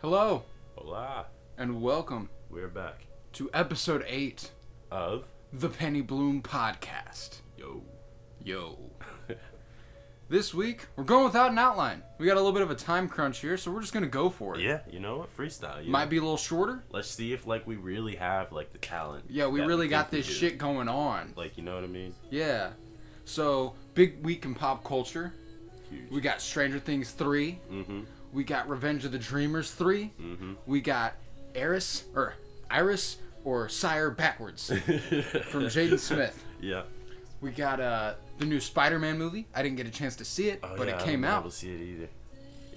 Hello Hola, and welcome we're back. to episode 8 Of the Penny Bloom podcast. yo, Yo. this week, we're going without an outline. We got a little bit of a time crunch here, so we're just going to go for it. yeah, you know what, freestyle. You Might be a little shorter. Let's see if like we really have like the talent. Yeah, we that really think got we this do. shit going on. Like you know what I mean? Yeah. So, big week in pop culture. Huge. We got Stranger Things 3. mm-hmm. We got Revenge of the Dreamers 3. Mm-hmm. We got Eris, or Iris, or Sire backwards from Jaden Smith. yeah. We got uh, the new Spider-Man movie. I didn't get a chance to see it, Oh, but yeah, it came I out. We'll see it either.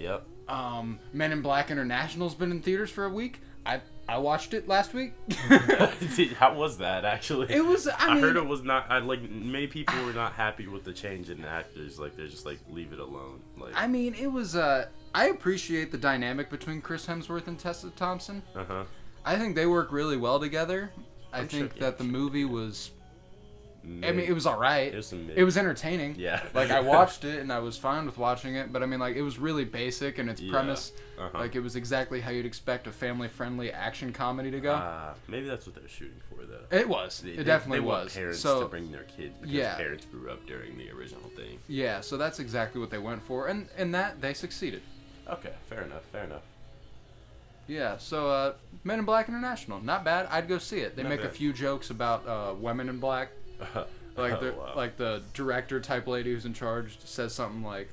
Yep. Um, Men in Black International's been in theaters for a week. I I watched it last week. Dude, How was that actually? It was- I heard mean- it was not. I like many people were not happy with the change in actors. Like they're just like leave it alone. Like I mean, it was. Uh, I appreciate the dynamic between Chris Hemsworth and Tessa Thompson. uh huh. I think they work really well together. I I'm sure- think yeah, that the sure, movie was. I mean, it was all right. It was some mid. It was entertaining. Yeah. Like I watched it and I was fine with watching it, but I mean, like it was really basic in its Yeah. premise. Uh-huh. Like it was exactly how you'd expect a family-friendly action comedy to go. Ah, maybe that's what they're shooting for though. It was. They- it they- definitely they Want was. parents so to bring their kids because Yeah. parents grew up during the original thing. yeah, so that's exactly what they went for, and in that they succeeded. Okay, fair enough. Fair enough. Yeah, so uh, Men in Black International, not bad. I'd go see it. They Not make a bad. few jokes about uh, women in black, like the wow. like the director type lady who's in charge says something like.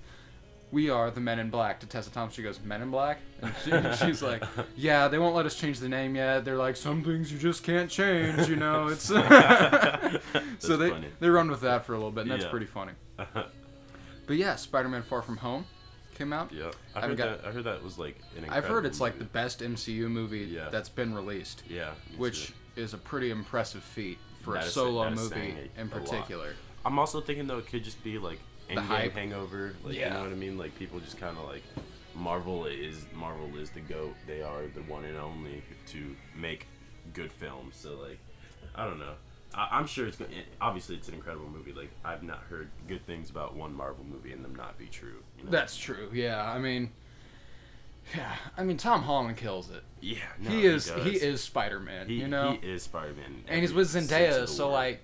We are the Men in Black. To Tessa Thompson, she goes, Men in Black? And she, she's like, Yeah, they won't let us change the name yet. They're like, Some things you just can't change, you know? It's That's so they funny. they run with that for a little bit, and that's Yeah. pretty funny. But yeah, Spider-Man: Far From Home came out. yeah, I I've heard got- that. I heard that was like an. I've heard incredible it's like the movie. best MCU movie Yeah. that's been released, Yeah. me which too. is a pretty impressive feat for That a is- solo that is movie saying a- in a lot. particular. I'm also thinking though it could just be like Endgame hype. hangover. Like Yeah. you know what I mean? Like people just kind of like. Marvel is Marvel is the goat. They are the one and only to make good films. So like, I don't know. I, I'm sure it's gonna, it, obviously it's an incredible movie. Like I've not heard good things about one Marvel movie and them not be true. You know? That's true. Yeah, I mean, yeah, I mean Tom Holland kills it. yeah. No, he is does. he, is Spider-Man. He, you know, he is Spider Man, and he's with Zendaya, so like,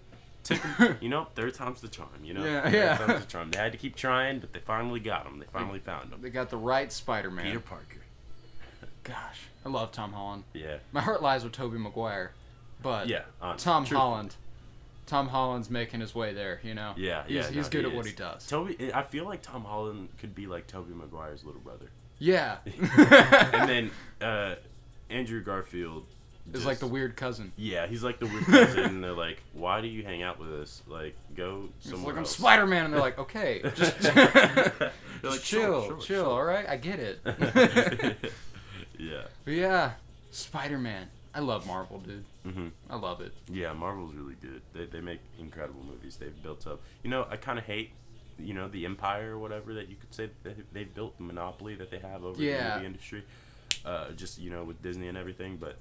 you know, third time's the charm. You know, Yeah, third yeah. time's the charm. They had to keep trying, but they finally got him. They finally found him. they got the right Spider-Man. Peter Parker. Gosh, I love Tom Holland. Yeah, My heart lies with Tobey Maguire, but yeah. honest. Tom Truthful. Holland. Tom Holland's making his way there, you know. Yeah, he's, yeah, he's no, good he at what is. he does. Toby, eh, I feel like Tom Holland could be like Toby Maguire's little brother. Yeah, and then uh, Andrew Garfield is just- like the weird cousin. Yeah, he's like the weird person. and they're like, "Why do you hang out with us? Like, go It's somewhere like I'm else." Spider Man, and they're like, okay, just, just They're like, chill, "Sure, sure, chill. sure." All right, I get it. but yeah. yeah, Spider Man. I love Marvel, dude. hmm I love it. Yeah, Marvel's really good. They, they make incredible movies. They've built up. You know, I kind of hate, you know, the empire or whatever that you could say that they, they built the monopoly that they have over Yeah. the movie industry. Uh, just you know, with Disney and everything. But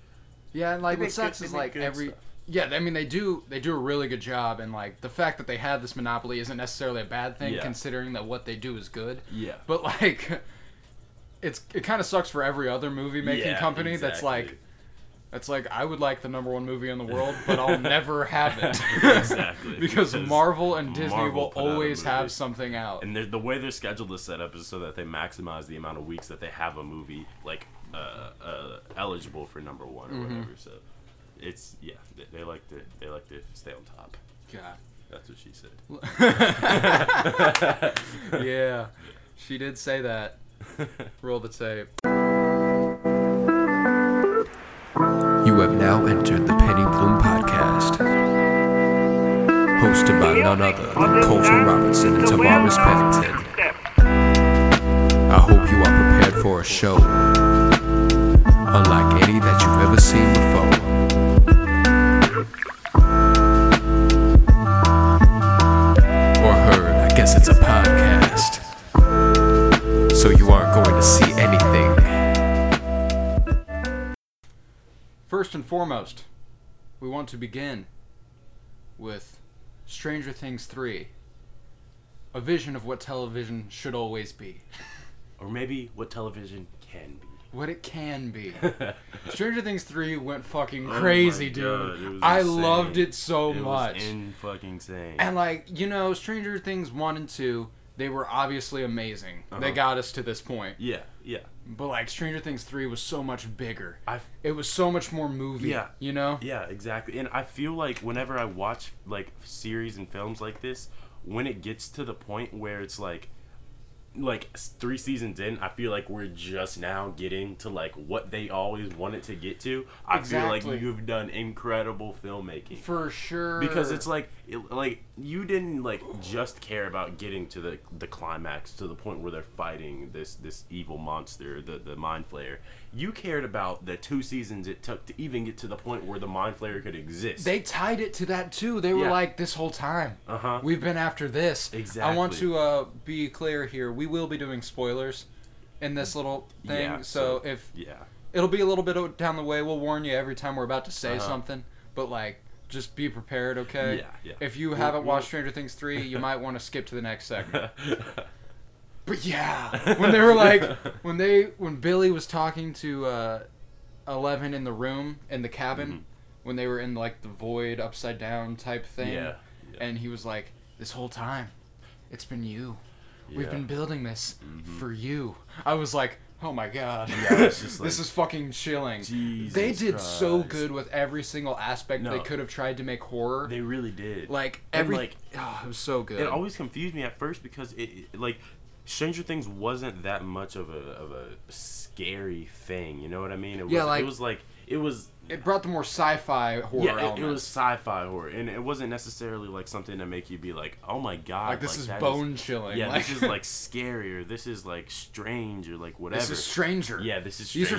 Yeah, and like They what make sucks good- is they make like good every. stuff. Yeah, I mean they do they do a really good job, and like the fact that they have this monopoly isn't necessarily a bad thing, Yeah. considering that what they do is good. yeah, But like, it's it kind of sucks for every other movie making Yeah, company that's like exactly. It's like I would like the number one movie in the world, but I'll never have it. Exactly, because, because Marvel and Disney Marvel will put out a always have movie. something out. and they're- the way their schedule is set up is so that they maximize the amount of weeks that they have a movie like uh, uh, eligible for number one or Mm-hmm. whatever. So it's yeah, they, they like to they like to stay on top. God. That's what she said. yeah. She did say that. Roll the tape. You have now entered the Penny Bloom Podcast, hosted by none other than Colton Robinson and Tavares Pennington. I hope you are prepared for a show unlike any that you've ever seen before. Or heard, I guess it's a podcast. So you aren't going to see anything. First and foremost, we want to begin with Stranger Things 3. A vision of what television should always be. Or maybe what television can be. what it can be. Stranger Things 3 went fucking Oh crazy, Oh God, it dude. was I insane. loved it so it much. was in fucking insane. And like, you know, Stranger Things 1 and 2, they were obviously amazing. Uh-huh. They got us to this point. yeah, yeah. But like Stranger Things 3 was so much bigger. I It was so much more movie, Yeah. you know? Yeah, exactly. And I feel like whenever I watch like series and films like this, when it gets to the point where it's like like s- three seasons in, I feel like we're just now getting to like what they always wanted to get to. I feel Exactly. like you've done incredible filmmaking. For sure. Because it's like, it, like you didn't like just care about getting to the the climax to the point where they're fighting this this evil monster, the the mind flayer. You cared about the two seasons it took to even get to the point where the mind flayer could exist. They tied it to that too. They were Yeah. like, "This whole time, Uh-huh. we've been after this." I want Exactly. to uh, be clear here. We will be doing spoilers in this little thing, Yeah, so, so- if yeah, it'll be a little bit o- down the way, we'll warn you every time we're about to say Uh-huh. something. But like, just be prepared, okay? Yeah, yeah. If you We'll- haven't we'll- watched Stranger Things three, you might want to skip to the next segment. But yeah, when they were like, when they when Billy was talking to uh, Eleven in the room in the cabin, Mm-hmm. when they were in like the void upside down type thing, Yeah, yeah. and he was like, "This whole time, it's been you. We've Yeah. Mm-hmm. been building this for you." I was like, "Oh my god." yeah, it's just like, This is fucking chilling. Jesus they did so Christ. good with every single aspect they No. could have tried to make horror. they really did like And, every, like, oh, it was so good. it always confused me at first because it, it- like Stranger Things wasn't that much of a of a scary thing. You know what I mean? It was, Yeah, like- it was like it was. It brought the more sci-fi horror Yeah, it- it, elements. was sci-fi horror, and it wasn't necessarily like something to make you be like, "Oh my god!" like this is that bone chilling. Yeah, like, this is like scary, or this is like strange, or like whatever. this is stranger. Yeah, this is These are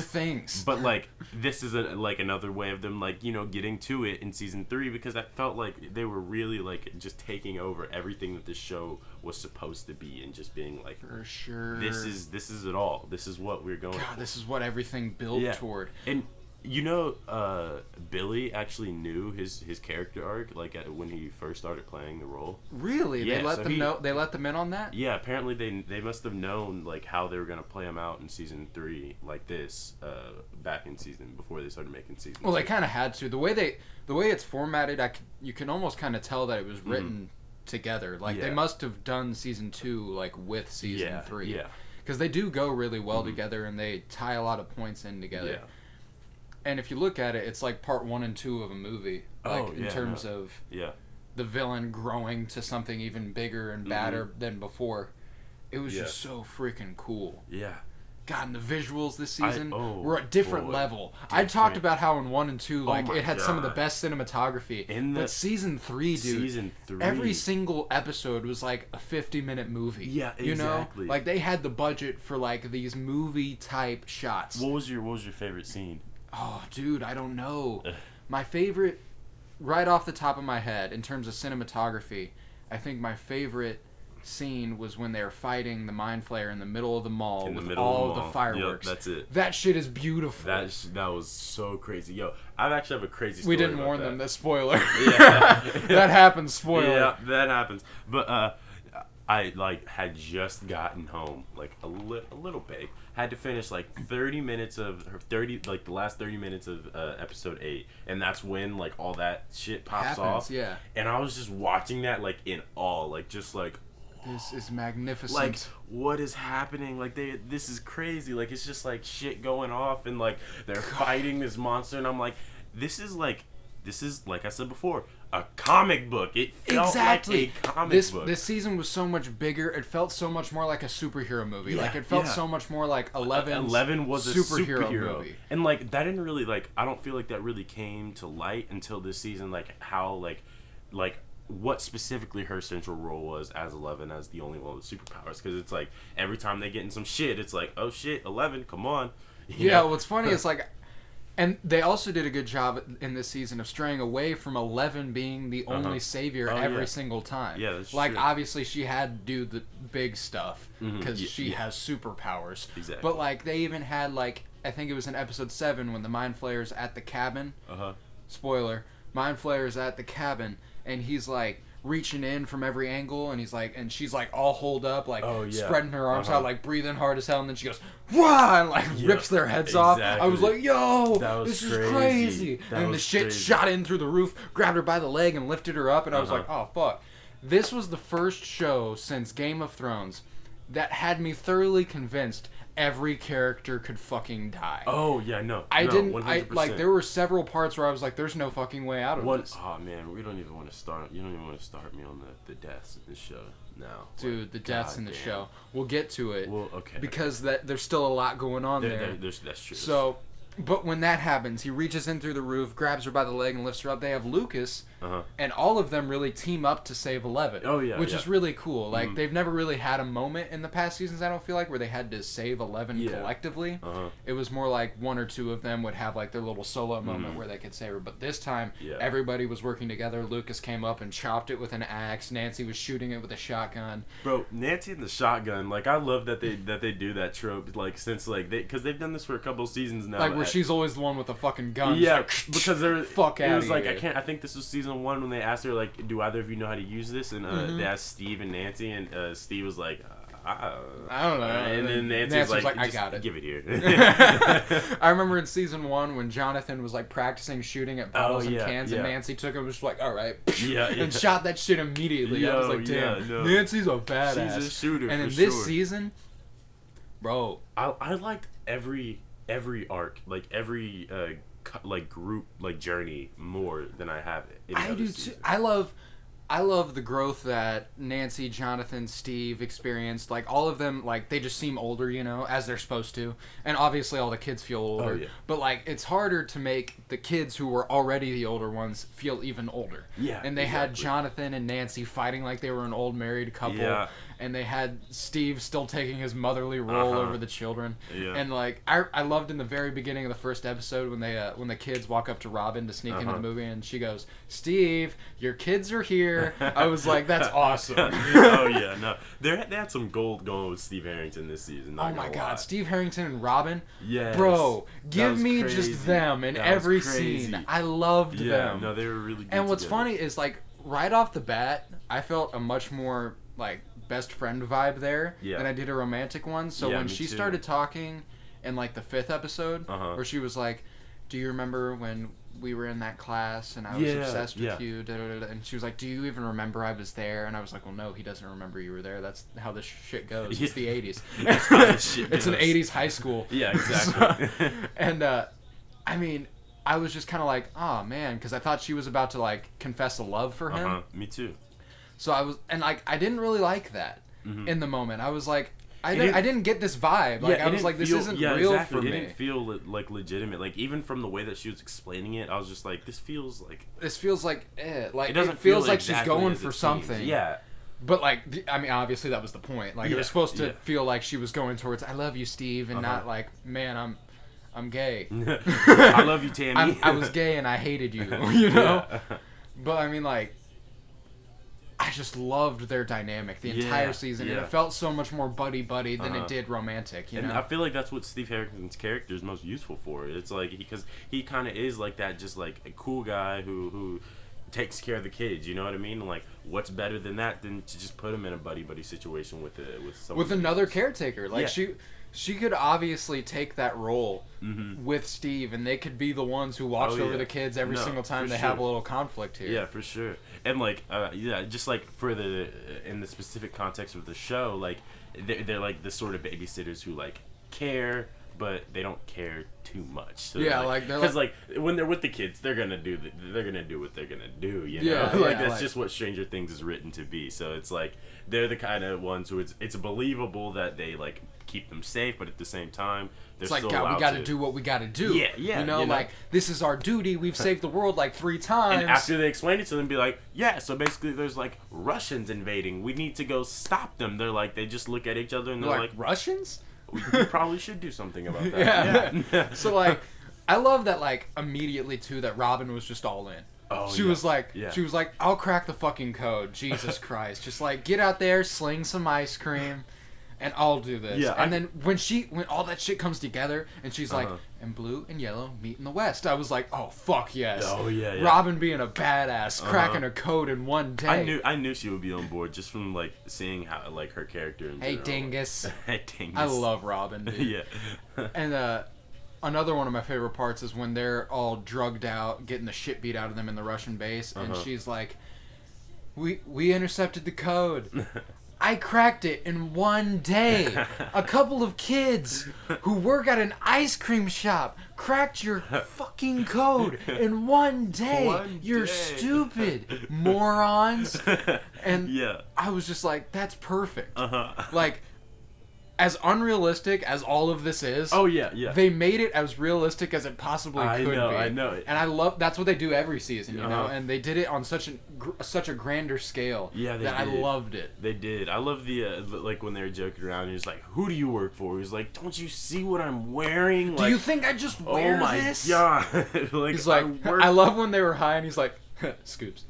Stranger Things. but like this is a, like another way of them like you know getting to it in season three because I felt like they were really like just taking over everything that the show was supposed to be and just being like for sure. this is this is it all this is what we're going God. for. This is what everything built Yeah. toward. and you know uh, Billy actually knew his his character arc like at, when he first started playing the role Really, they Yeah, let so them he- know. They let them in on that. yeah apparently they they must have known like how they were gonna play him out in season three like this uh, back in season before they started making season Well, two. they kind of had to. The way they, the way it's formatted, I c- you can almost kind of tell that it was written together. Like they Mm. Yeah. must have done season two like with season Yeah, three. yeah. Mm-hmm. Because they do go really well together, and they tie a lot of points in together. yeah And if you look at it, it's like part one and two of a movie. Like Oh, in yeah, terms of yeah the villain growing to something even bigger and badder than before. It was Mm-hmm. Yeah. just so freaking cool. yeah God, and the visuals this I- season oh, were at different boy. level. I talked Different. Oh about how in one and two, like my it had some of the God. best cinematography. In the- but season three, dude, season three. every single episode was like a fifty-minute movie. Yeah, you know, exactly. like they had the budget for like these movie-type shots. What was your What was your favorite scene? Oh, dude, I don't know. my favorite, right off the top of my head, in terms of cinematography, I think my favorite scene was when they were fighting the mind flayer in the middle of the mall In the with middle of the all the, mall. fireworks. Yep, that's it. That shit is beautiful. That sh- that was so crazy. Yo, I actually have a crazy. Story we didn't about warn that. them. That spoiler. Yeah. that happens. Spoiler. yeah, that happens. But uh, I like had just gotten home, like a, li- a little bit. Had to finish like thirty minutes of or thirty, like the last thirty minutes of uh, episode eight, and that's when like all that shit pops Happens, off. yeah. And I was just watching that like in awe, like just like This is magnificent. like what is happening like they this is crazy like it's just like shit going off and like they're fighting this monster and i'm like this is like this is like i said before a comic book it felt exactly. like a comic this book this season was so much bigger. It felt so much more like a superhero movie. Yeah, like it felt yeah. so much more like Eleven. Eleven was a superhero, superhero, movie. and like that didn't really like I don't feel like that really came to light until this season. Like how like like what specifically her central role was as Eleven as the only one with superpowers because it's like every time they get in some shit, it's like oh shit, Eleven, come on. You Yeah, know? what's funny is like, and they also did a good job in this season of straying away from Eleven being the only Uh-huh. savior Oh, every yeah. single time. Yeah, that's like true. Mm-hmm. obviously she had to do the big stuff because Yeah, she yeah. has superpowers. Exactly. But like they even had like I think it was in episode seven when the mind flayer's at the cabin. uh-huh. Spoiler: mind flayer's at the cabin, and he's like. reaching in from every angle, and he's like, and she's like all holed up, like Oh, yeah. spreading her arms Uh-huh. out, like breathing hard as hell, and then she goes, "Wah!" and like Yeah, rips their heads off. I was exactly. like, "Yo, That was this is crazy. crazy!" That and then the was shit crazy. shot in through the roof, grabbed her by the leg, and lifted her up, and I was Uh-huh. like, "Oh fuck!" This was the first show since Game of Thrones that had me thoroughly convinced every character could fucking die. Oh yeah, no. I no, didn't. I 100%. like. There were several parts where I was like, "There's no fucking way out of One, this." oh man, we don't even want to start. You don't even want to start me on the, the deaths in this show now. Dude, the deaths in the Goddamn. show. We'll get to it Well, okay. because that there's still a lot going on There- there. there- there's- that's true. So, but when that happens, he reaches in through the roof, grabs her by the leg, and lifts her up. They have Lucas, Uh-huh. and all of them really team up to save Eleven. Oh, yeah, which yeah. Mm-hmm. is really cool. Like they've never really had a moment in the past seasons. I don't feel like where they had to save Eleven Yeah. collectively. Uh-huh. It was more like one or two of them would have like their little solo moment where they could save her. But this time, Mm-hmm. Yeah. everybody was working together. Lucas came up and chopped it with an axe. Nancy was shooting it with a shotgun. Bro, Nancy and the shotgun. Like I love that they that they do that trope. Like since like they because they've done this for a couple seasons now. Like where I- she's always the one with the fucking gun. She's Yeah, like, because they're Fuck It outta was like here. I can't. I think this was season one when they asked her like, "Do either of you know how to use this?" And uh, Mm-hmm. they asked Steve and Nancy, and uh, Steve was like, uh, "I I don't know. And then Nancy's, Nancy was like, like, "I "Just got it." Give it here. I remember in season one when Jonathan was like practicing shooting at bottles Oh, yeah, and cans, and yeah. Nancy took him and was just like, "All right," Yeah, yeah. and shot that shit immediately. I was Yo, like, "Damn, yeah, no. Nancy's a badass." She's a shooter And for in this sure. season, bro, I, I liked every every arc, like every uh, cu- like group like journey more than I have. In the I other do too. season. I love, I love the growth that Nancy, Jonathan, Steve experienced. Like all of them, like they just seem older, you know, as they're supposed to. And obviously, all the kids feel older. Oh, yeah. But like, it's harder to make the kids who were already the older ones feel even older. Yeah, And they had exactly. Jonathan and Nancy fighting like they were an old married couple. Yeah. And they had Steve still taking his motherly role Uh-huh. over the children. Yeah. And like, I, I loved in the very beginning of the first episode when they uh, when the kids walk up to Robin to sneak into Uh-huh. the movie and she goes, "Steve, your kids are here." I was like, "That's awesome." oh yeah, no, they they had some gold going with Steve Harrington this season. not Oh my gonna god, lie. Steve Harrington and Robin. Yes. Bro, That give was me crazy. just them in That was every crazy. scene. I loved Yeah, them. no, they were really. Good and what's together. funny is like right off the bat, I felt a much more like best friend vibe there Yeah. than I did a romantic one. So Yeah, when me she too. started talking in like the fifth episode, Uh-huh. where she was like, "Do you remember when?" We were in that class, and I was Yeah, obsessed with yeah. you. Da, da, da, da. And she was like, "Do you even remember I was there?" And I was like, "Well, no, he doesn't remember you were there. That's how this shit goes. It's Yeah. the '80s. That's how this shit it's an goes. '80s high school. Yeah, exactly. and uh, I mean, I was just kind of like, oh man, because I thought she was about to like confess a love for him. uh-huh. Me too. So I was, and like, I didn't really like that in the moment. I was like, I Mm-hmm. It didn't, didn't- I didn't get this vibe. Like Yeah, I was it didn't like, this feel- isn't yeah, real exactly. for It me. didn't feel le- like legitimate. Like even from the way that she was explaining it, I was just like, this feels like this feels like, eh. like it it, doesn't. feels feel like she's exactly going as it for seems. something. Yeah, But like, the, I mean, obviously that was the point. Like it Yeah, was supposed to yeah. Uh-huh. feel like she was going towards, I love you, Steve, and not like, man, I'm, I'm gay. I love you, Tammy. I, I was gay and I hated you, you know. But I mean, like, I just loved their dynamic the Yeah, entire season, and yeah. it felt so much more buddy buddy than Uh-huh. it did romantic. You And know, I feel like that's what Steve Harrington's character is most useful for. It's like because he kind of is like that, just like a cool guy who who takes care of the kids. You know what I mean? Like, what's better than that than to just put him in a buddy buddy situation with a, with someone with another caretaker, like Yeah. she, she could obviously take that role with Steve, and they could be the ones who watch Mm-hmm. Oh, over yeah. the kids every No, single time for they have a sure. little conflict here. Yeah, for sure. And like, uh, yeah, just like for the in the specific context of the show, like they're, they're like the sort of babysitters who like care, but they don't care too much. So Yeah, like, they're because like, when they're with the kids, they're gonna do the, they're gonna do what they're gonna do. You know, Yeah, like yeah, that's like- just what Stranger Things is written to be. So it's like they're the kind of ones who it's it's believable that they like keep them safe, but at the same time, they're It's like, still God, allowed we got to to do what we got to do. Yeah, yeah, You know, you know? like this is our duty. We've saved the world like three times. And after they explain it to them, be like, yeah, so basically there's like Russians invading. We need to go stop them. They're like, they just look at each other and they're like like, Russians. we, we probably should do something about that. Yeah. so like, I love that like immediately too that Robin was just all in. Oh, she yeah. was like, Yeah. she was like, I'll crack the fucking code. Jesus Christ! Just like get out there, sling some ice cream, and I'll do this. Yeah, and I- then when she when all that shit comes together and she's Uh-huh. like, and blue and yellow meet in the west. I was like, oh fuck yes. Oh, yeah, yeah. Robin being a badass, cracking a code in one day. I knew I knew she would be on board just from like seeing how like her character. In Hey general. dingus. hey dingus. I love Robin. Dude. yeah. And uh, another one of my favorite parts is when they're all drugged out, getting the shit beat out of them in the Russian base, and Uh-huh. she's like, "We we intercepted the code. I cracked it in one day. A couple of kids who work at an ice cream shop cracked your fucking code in one day. One You're day." stupid morons." And yeah. I was just like, "That's perfect." Uh-huh. Like. As unrealistic as all of this is, Oh yeah, yeah. they made it as realistic as it possibly I could know, be. I know. And I love that's what they do every season, you know. Uh-huh. And they did it on such an gr- such a grander scale Yeah, they that I did. loved it. They did. I love the uh, li- like when they were joking around. He was like, "Who do you work for?" He was like, "Don't you see what I'm wearing?" Like, do you think I just oh wear my this? god! like, He's like, I I, work. love when they were high, and he's like, scoops,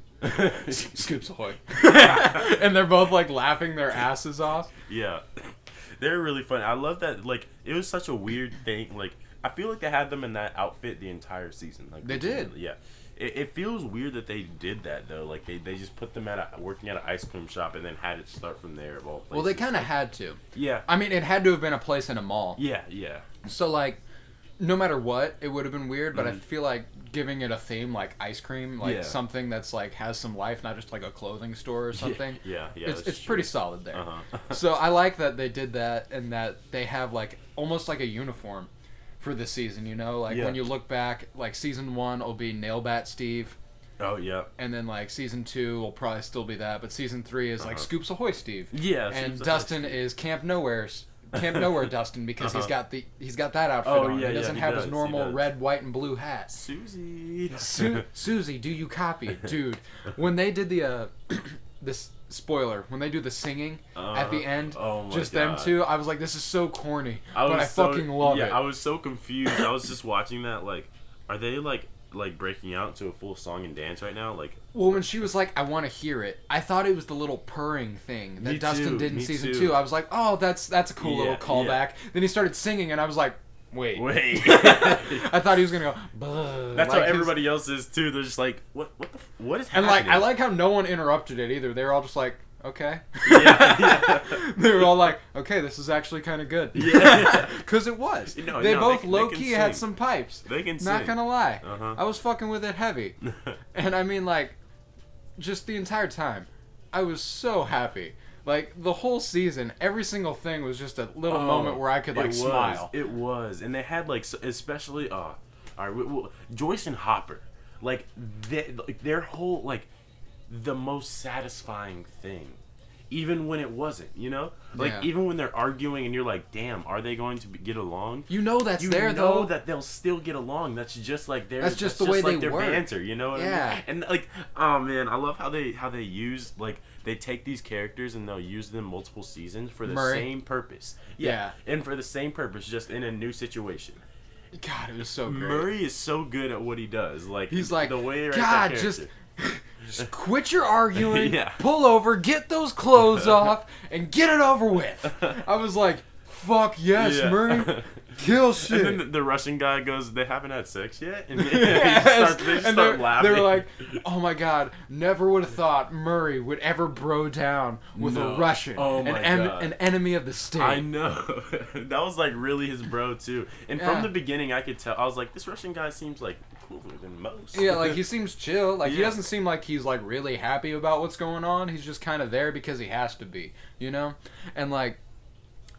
scoops ahoy, and they're both like laughing their asses off. yeah, they're really funny. I love that. Like, it was such a weird thing. Like, I feel like they had them in that outfit the entire season. Like, They did. Yeah. It, it feels weird that they did that though. Like they, they just put them at a, working at an ice cream shop and then had it start from there. Of all places. Well, they kind of had to. yeah I mean, it had to have been a place in a mall. yeah yeah So like, no matter what, it would have been weird. But I feel like giving it a theme like ice cream, like Mm. Yeah. something that's like has some life, not just like a clothing store or something. yeah yeah. it's that's it's true. pretty solid there. Uh-huh. so I like that they did that and that they have like almost like a uniform for this season. You know, like Yeah. when you look back, like season one will be Nailbat Steve. Oh yeah. And then like season two will probably still be that, but season three is like Uh-huh. Scoops Ahoy Steve. Yeah. and seems like- Dustin is Camp Nowhere's Camp Nowhere Dustin because he's Uh-huh. got the he's got that outfit Oh, on. yeah, he yeah, doesn't he have does, his he normal does. red, white, and blue hat. Susie. Su- Susie, do you copy, dude? When they did the uh, this spoiler, when they do the singing at the Uh, end, oh my just them God. two, I was like, this is so corny, but I so- fucking love yeah, it. I was so confused. I was just watching that. Like, are they like like breaking out into a full song and dance right now? Like, Well, when she was like, "I want to hear it," I thought it was the little purring thing that Me Dustin too, did in me season too. two. I was like, "Oh, that's that's a cool Yeah, little callback." Then he started singing, and I was like, "Wait, wait. I thought he was gonna go. "Bleh," That's like how his- everybody else is too. They're just like, what? What the? f- What is and happening? like I like how no one interrupted it either. They were all just like, okay. Yeah, yeah. they were all like, okay, this is actually kind of good. Yeah. Because it was. No, they no, both they- they low can key had sing. some pipes. They can Not sing. gonna lie, Uh-huh. I was fucking with it heavy, and I mean like, just the entire time, I was so happy. Like the whole season, every single thing was just a little Oh, moment where I could it like was, smile. It was, and they had like so- especially uh, all right, we, we, Joyce and Hopper, like, they, like their whole like the most satisfying thing, even when it wasn't, you know, like Yeah. even when they're arguing and you're like, damn, are they going to be, get along? you know that's you there know though. that they'll still get along. That's just like their. That's just the way like they their work. banter. You know what I Yeah. mean? And like, oh man, I love how they how they use like they take these characters and they'll use them multiple seasons for the Murray. same purpose. Yeah. and for the same purpose, just in a new situation. God, it was so great. Murray is so good at what he does. Like He's like, the way he writes that God, just, character." just quit your arguing, Yeah. pull over, get those clothes off, and get it over with. I was like, fuck yes, Yeah. Murray, kill And shit. then the, the Russian guy goes, "They haven't had sex yet," and he Yes. starts, they just and start they laughing. they were like, "Oh my God! Never would have thought Murray would ever bro down with No. a Russian, Oh an, my em- God. an enemy of the state." I know. that was like really his bro too. And Yeah. from the beginning, I could tell. I was like, this Russian guy seems like cooler than most. Yeah, like he seems chill. Like he Yeah. doesn't seem like he's like really happy about what's going on. He's just kind of there because he has to be, you know? And like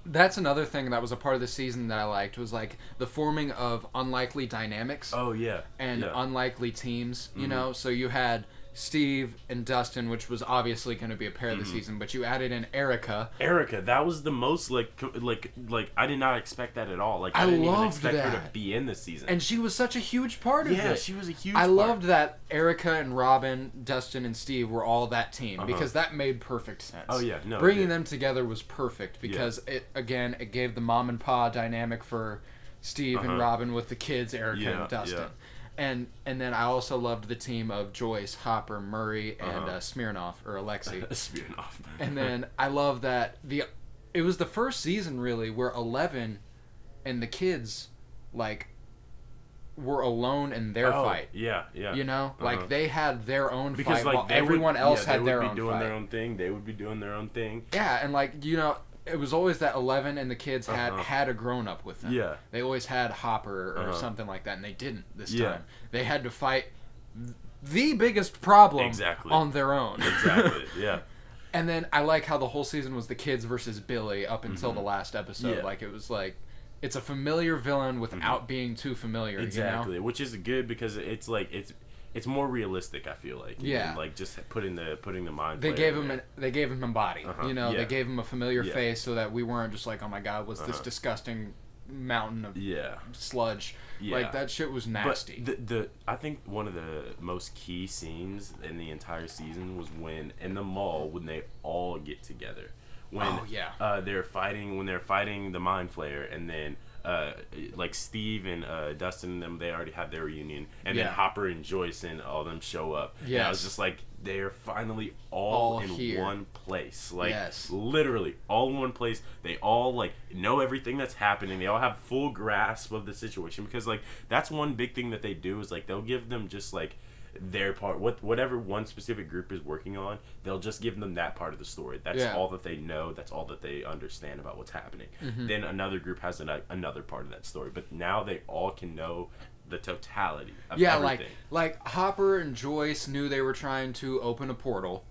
that's another thing that was a part of the season that I liked was like the forming of unlikely dynamics oh yeah. and yeah. Mm-hmm. unlikely teams, you know? So you had Steve and Dustin, which was obviously going to be a pair Mm-hmm. this season, but you added in Erica. Erica, that was the most like co- like like I did not expect that at all. Like I, I didn't even loved expect her to that. be in this season. And she was such a huge part of yeah, it. she was a huge. I part. loved that Erica and Robin, Dustin and Steve were all that team because that made perfect sense. Uh-huh. Oh, yeah, no, it bringing did. them together was perfect because it again it gave the mom and pa dynamic for Steve and Robin with the kids, Erica Uh-huh. Yeah, and Dustin. yeah. And and then I also loved the team of Joyce, Hopper, Murray, and uh Uh-huh. Smirnoff or Alexi. Smirnoff. and then I love that the it was the first season really where Eleven and the kids like were alone in their Oh, fight. Yeah, yeah. You know, Uh-huh. like they had their own because fight like while they would- everyone else yeah, they had would their be own doing fight. their own thing. They would be doing their own thing. Yeah, and like you know, it was always that Eleven and the kids had Uh-huh. had a grown up with them. Yeah. they always had Hopper or Uh-huh. something like that, and they didn't this Yeah. time. They had to fight th- the biggest problem Exactly. on their own. Exactly. yeah. and then I like how the whole season was the kids versus Billy up until the last episode. Mm-hmm. Yeah. Mm-hmm. Like it was like it's a familiar villain without being too familiar. Exactly. You know? Which is good because it's like it's it's more realistic. I feel like. Yeah. And, like just putting the putting the mind. They player gave in him there. an, they gave him a body, Uh-huh. you know. Yeah. They gave him a familiar Yeah. face so that we weren't just like, oh my god, what's this Uh-huh. disgusting mountain of Yeah. sludge. Yeah. Like that shit was nasty. But the, the I think one of the most key scenes in the entire season was when in the mall when they all get together. When Oh, yeah. uh, they're fighting when they're fighting the mind flayer and then uh, like Steve and uh, Dustin and them they already have their reunion and Yeah. then Hopper and Joyce and all them show up. Yeah. I was Yes. just like they're finally all, All in here. one place. Like Yes. literally all in one place they all like know everything that's happening they all have full grasp of the situation because like that's one big thing that they do is like they'll give them just like their part what whatever one specific group is working on they'll just give them that part of the story that's Yeah. all that they know that's all that they understand about what's happening Mm-hmm. then another group has an, another part of that story but now they all can know the totality of yeah, everything like like Hopper and Joyce knew they were trying to open a portal.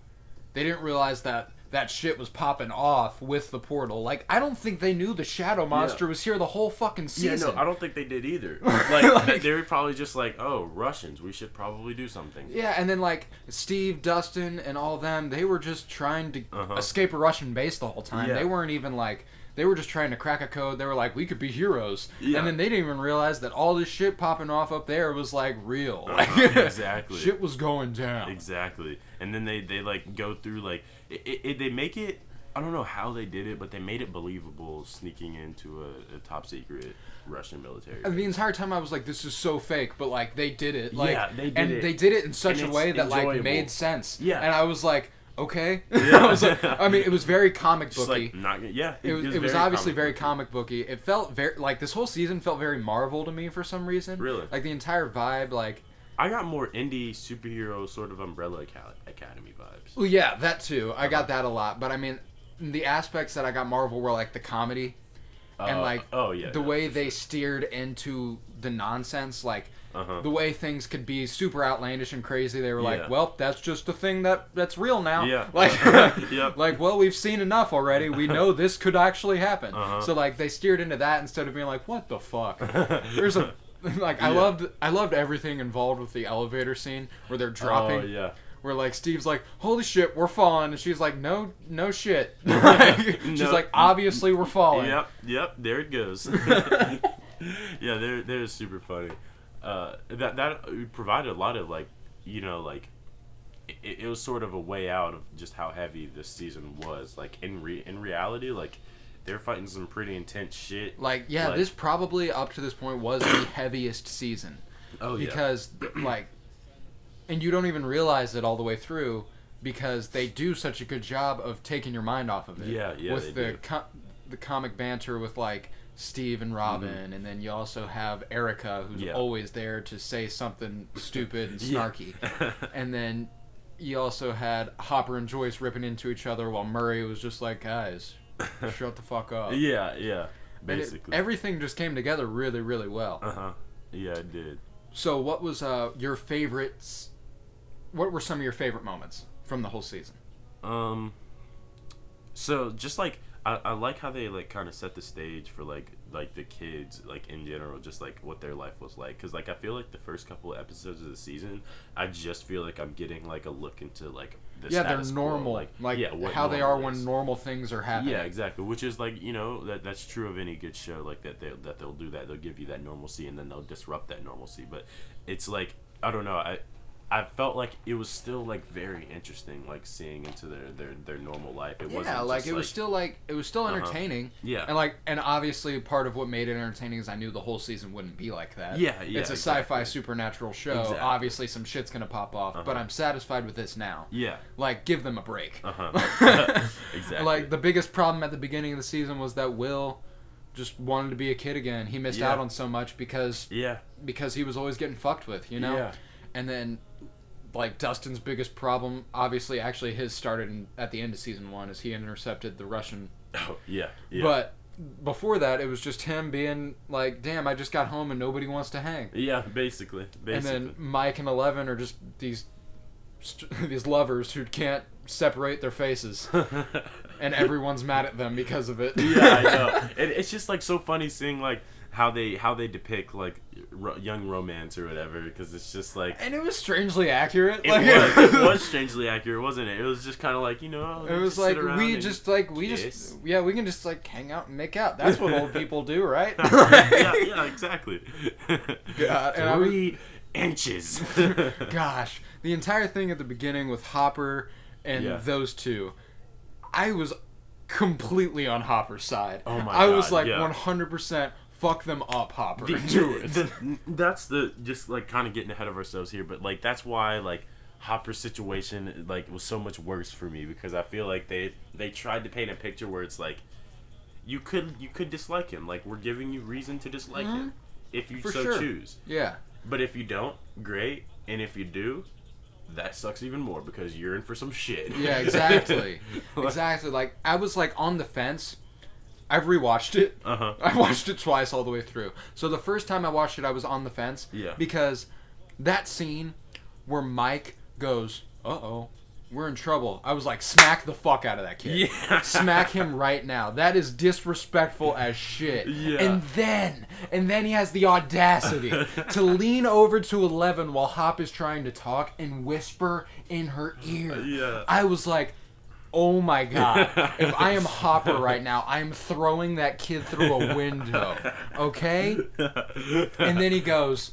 They didn't realize that that shit was popping off with the portal. Like I don't think they knew the shadow monster was here the whole fucking yeah, season. no, I don't think they did either. Like, they were probably just like, "Oh, Russians, we should probably do something." Yeah, and then like Steve, Dustin, and all them, they were just trying to Uh-huh. escape a Russian base the whole time. Yeah. They weren't even like they were just trying to crack a code. They were like, we could be heroes, Yeah. and then they didn't even realize that all this shit popping off up there was like real. Like, Uh-huh, exactly. shit was going down. Exactly. And then they they like go through like it, it, it, they make it. I don't know how they did it, but they made it believable sneaking into a, a top secret Russian military. And the entire time I was like, "This is so fake," but like they did it, like, Yeah, they did and it. they did it in such And a it's way that like enjoyable. made sense. Yeah. and I was like, "Okay." Yeah. I was like, I mean, it was very comic Just booky. like not gonna- yeah. it was, it was very obviously very booky. comic booky. It felt very like this whole season felt very Marvel to me for some reason. Really? like the entire vibe, like I got more indie superhero sort of Umbrella Aca- Academy vibes. well, yeah, that too. I got that a lot, but I mean, the aspects that I got Marvel were like the comedy and Uh, like oh yeah, the no. way they steered into the nonsense, like. Uh-huh. The way things could be super outlandish and crazy, they were Yeah. like, "Well, that's just a thing that that's real now." Yeah. Like, Yep. like, well, we've seen enough already. We know this could actually happen. Uh-huh. So like, they steered into that instead of being like, "What the fuck?" There's a like I Yeah. loved I loved everything involved with the elevator scene where they're dropping. Oh yeah. Where like Steve's like, "Holy shit, we're falling," and she's like, "No, no shit." Like, she's No. like, "Obviously, we're falling." Yep, yep. There it goes. yeah, they're they're super funny. Uh, that that provided a lot of like, you know, like it, it was sort of a way out of just how heavy this season was. Like in re- in reality, like they're fighting some pretty intense shit. Like, yeah, Like- this probably up to this point was the heaviest season oh because th- like, and you don't even realize it all the way through because they do such a good job of taking your mind off of it. Yeah, yeah, With they the do. Mm-hmm. co- the comic banter with like Steve and Robin, and then you also have Erica who's Yeah. always there to say something stupid and Yeah. snarky, and then. You also had Hopper and Joyce ripping into each other while Murray was just like, guys, shut the fuck up. yeah, yeah. And it- Basically, everything just came together really, really well. uh huh. Yeah, it did. So, what was uh, your favorites? What were some of your favorite moments from the whole season? Um. So just like I, I like how they like kind of set the stage for like like the kids like in general just like what their life was like because like I feel like the first couple of episodes of the season I just feel like I'm getting like a look into like the yeah, they're status quo, normal, like, what how they are normal when is. normal things are happening. Yeah, exactly. Which is like you know that that's true of any good show. Like that they that they'll do that. They'll give you that normalcy, and then they'll disrupt that normalcy. But it's like I don't know. I I felt like it was still like very interesting, like seeing into their their, their normal life. It wasn't yeah, like just, it was still like it was still Uh-huh. entertaining. Yeah. and like and obviously part of what made it entertaining is I knew the whole season wouldn't be like that. Yeah, yeah, It's a sci-fi exactly. supernatural show. Exactly. Obviously, some shit's gonna pop off, but Uh-huh. I'm satisfied with this now. yeah, Like, give them a break. uh-huh. exactly. Like the biggest problem at the beginning of the season was that Will just wanted to be a kid again. He missed Yeah. out on so much because yeah, because he was always getting fucked with, you know? Yeah. And then like Dustin's biggest problem, obviously actually his started in, at the end of season 1 is he intercepted the Russian. oh, yeah, yeah, But before that it was just him being like, "Damn, I just got home and nobody wants to hang." yeah, basically, basically. And then Mike and Eleven are just these st- these lovers who can't separate their faces and everyone's mad at them because of it. yeah, I know. And it's just like so funny seeing like how they how they depict like ro- young romance or whatever because it's just like And it was strangely accurate. it like, was, it was strangely accurate, wasn't it? It was just kind of like you know It was just sit like around we and- just like we kiss. just yeah we can just like hang out and make out. That's what old people do, right? yeah, yeah, exactly. God, and I was- Three inches. Gosh, the entire thing at the beginning with Hopper and Yeah. those two, I was completely on Hopper's side. Oh my I was God, like yeah. one hundred percent fuck them up, Hopper. The- do it. the- that's the just like kind of getting ahead of ourselves here, but like that's why like Hopper's situation like was so much worse for me because I feel like they they tried to paint a picture where it's like you could you could dislike him, like we're giving you reason to dislike him if you Mm-hmm. For so sure. choose. yeah, But if you don't, great. And if you do, that sucks even more because you're in for some shit. yeah, exactly, Like- exactly. Like I was like on the fence. I've rewatched it. Uh-huh. I watched it twice all the way through. So the first time I watched it, I was on the fence. Yeah. Because that scene where Mike goes, "Uh oh, we're in trouble," I was like, "Smack the fuck out of that kid! Yeah. Smack him right now! That is disrespectful as shit." Yeah. And then, and then he has the audacity to lean over to Eleven while Hop is trying to talk and whisper in her ear. Uh, Yeah. I was like. Oh my god. If I am Hopper right now, I am throwing that kid through a window. Okay? And then he goes,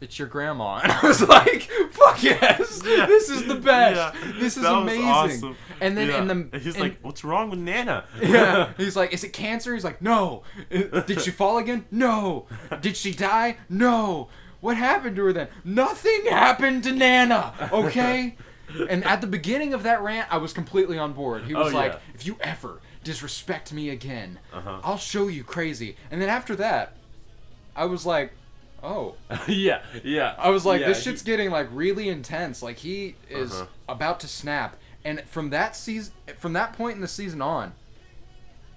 It's your grandma. And I was like, Fuck yes. Yeah. This is the best. Yeah. This is That was amazing. awesome. And then Yeah. in the And he's in- like, "What's wrong with Nana?" yeah. He's like, is it cancer? He's like, no. Uh, Did she fall again? No. Did she die? No. What happened to her then? Nothing happened to Nana. Okay. And at the beginning of that rant, I was completely on board. He was Oh, yeah. like, if you ever disrespect me again, Uh-huh. I'll show you crazy. And then after that, I was like, oh. yeah, yeah. I was like, Yeah, this he- shit's getting like really intense. Like he is Uh-huh. about to snap, and from that season, from that point in the season on,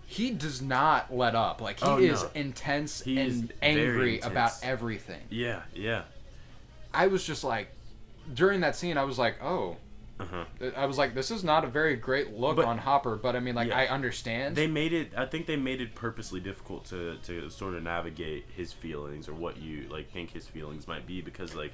he does not let up. Like he Oh, is no. intense He is and very angry intense. about everything. Yeah, yeah. I was just like, during that scene, I was like, oh. Uh-huh. I was like, this is not a very great look But- on Hopper, but I mean, like, Yeah. I understand. They made it. I think they made it purposely difficult to to sort of navigate his feelings or what you like think his feelings might be because like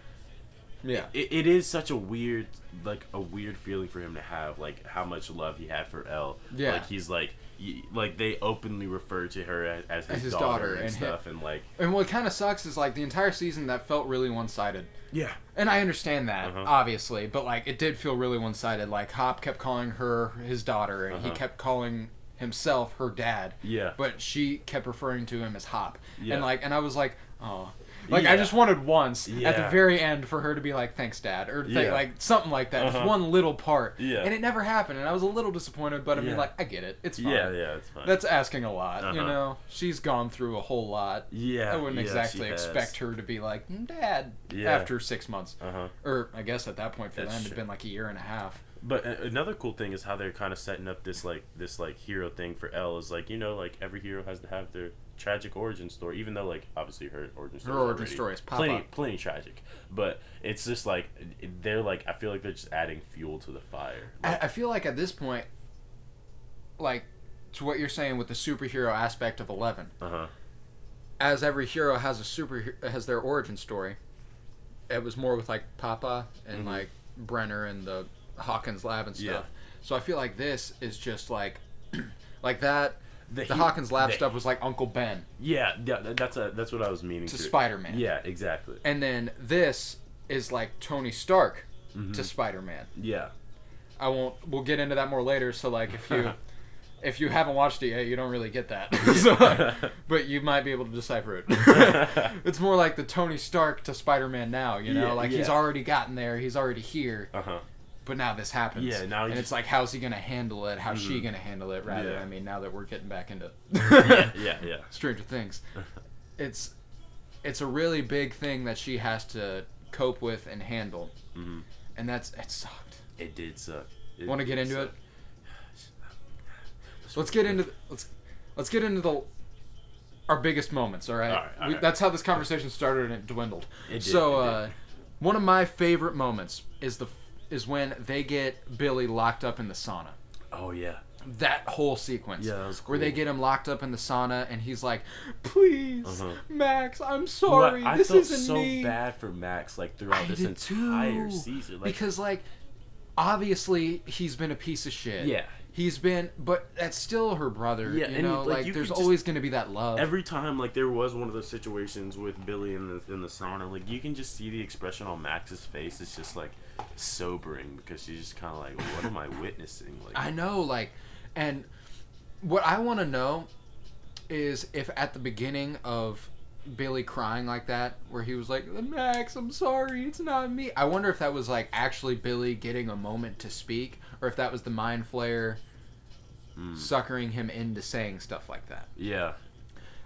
yeah. it, it is such a weird like a weird feeling for him to have like how much love he had for Elle. Yeah. Like he's like y like they openly refer to her as, as, his, his daughter, daughter and, and hi- stuff and like And what kind of sucks is, like, the entire season that felt really one sided. yeah And I understand that, Uh-huh. obviously, but like it did feel really one sided. Like Hop kept calling her his daughter, and Uh-huh. he kept calling himself her dad. Yeah. But she kept referring to him as Hop. Yeah. And like, and I was like, oh. Like Yeah. I just wanted once at the Yeah. very end for her to be like, "Thanks, Dad," or th- Yeah. like something like that. Just Uh-huh. one little part. Yeah. And it never happened, and I was a little disappointed. But I mean, Yeah. like, I get it. It's fine. yeah yeah it's fine That's asking a lot, you Uh-huh. know. She's gone through a whole lot. yeah I wouldn't yeah, exactly she has. expect her to be like "Mm, dad Yeah. after six months, uh-huh or I guess at that point for That's them it'd true. been like a year and a half. But a- another cool thing is how they're kind of setting up this like this like hero thing for L is like you know like every hero has to have their tragic origin story even though like obviously her origin story origin already story is pop plenty up. plenty tragic but it's just like they're like I feel like they're just adding fuel to the fire I, I feel like at this point, like to what you're saying with the superhero aspect of Eleven, uh huh as every hero has a super has their origin story. It was more with like Papa and Mhm. like Brenner and the Hawkins lab and stuff. Yeah. So I feel like this is just like, like that. The, he- Hawkins lab the- stuff was like Uncle Ben yeah yeah tha- that's a, that's what I was meaning to to Spider Man. yeah exactly And then this is like Tony Stark Mm-hmm. to Spider-Man. Yeah. I won't. We'll get into that more later. So like, if you if you haven't watched it yet, you don't really get that. so, but you might be able to decipher it. it's more like the Tony Stark to Spider-Man now. You know, Yeah, like he's yeah. already gotten there. He's already here. Uh huh. But now this happens. Yeah, now and he's- Mm-hmm. it's like, how's he gonna handle it? How's she gonna handle it? Rather, Yeah. I mean, now that we're getting back into Yeah, yeah. Stranger Things, it's it's a really big thing that she has to cope with and handle. And that's it sucked. Mm-hmm. It did suck. Want to get into it? Let's get into th- let's let's get into the our biggest moments. All right, All right, all We, right. that's how this conversation started and it dwindled. It did, so it did. Uh, one of my favorite moments is the is when they get Billy locked up in the sauna. Oh yeah. That whole sequence, Yeah, that was where they cool. get him locked up in the sauna, and he's like, "Please, Uh-huh. Max, I'm Well, sorry. I this felt isn't so me." bad for Max like throughout I this did entire too, season. Like, because like obviously he's been a piece of shit. Yeah. He's been but that's still her brother. Yeah, you and, know, like, like, you there's could just- always gonna be that love. every time like there was one of those situations with Billy in the in the sauna, like you can just see the expression on Max's face. It's just like sobering because she's just kind of like, what am I witnessing? Like, I know, like and what I wanna know is if at the beginning of Billy crying like that, where he was like, Max, I'm sorry, it's not me. I wonder if that was like actually Billy getting a moment to speak, or if that was the mind flayer suckering him into saying stuff like that. yeah,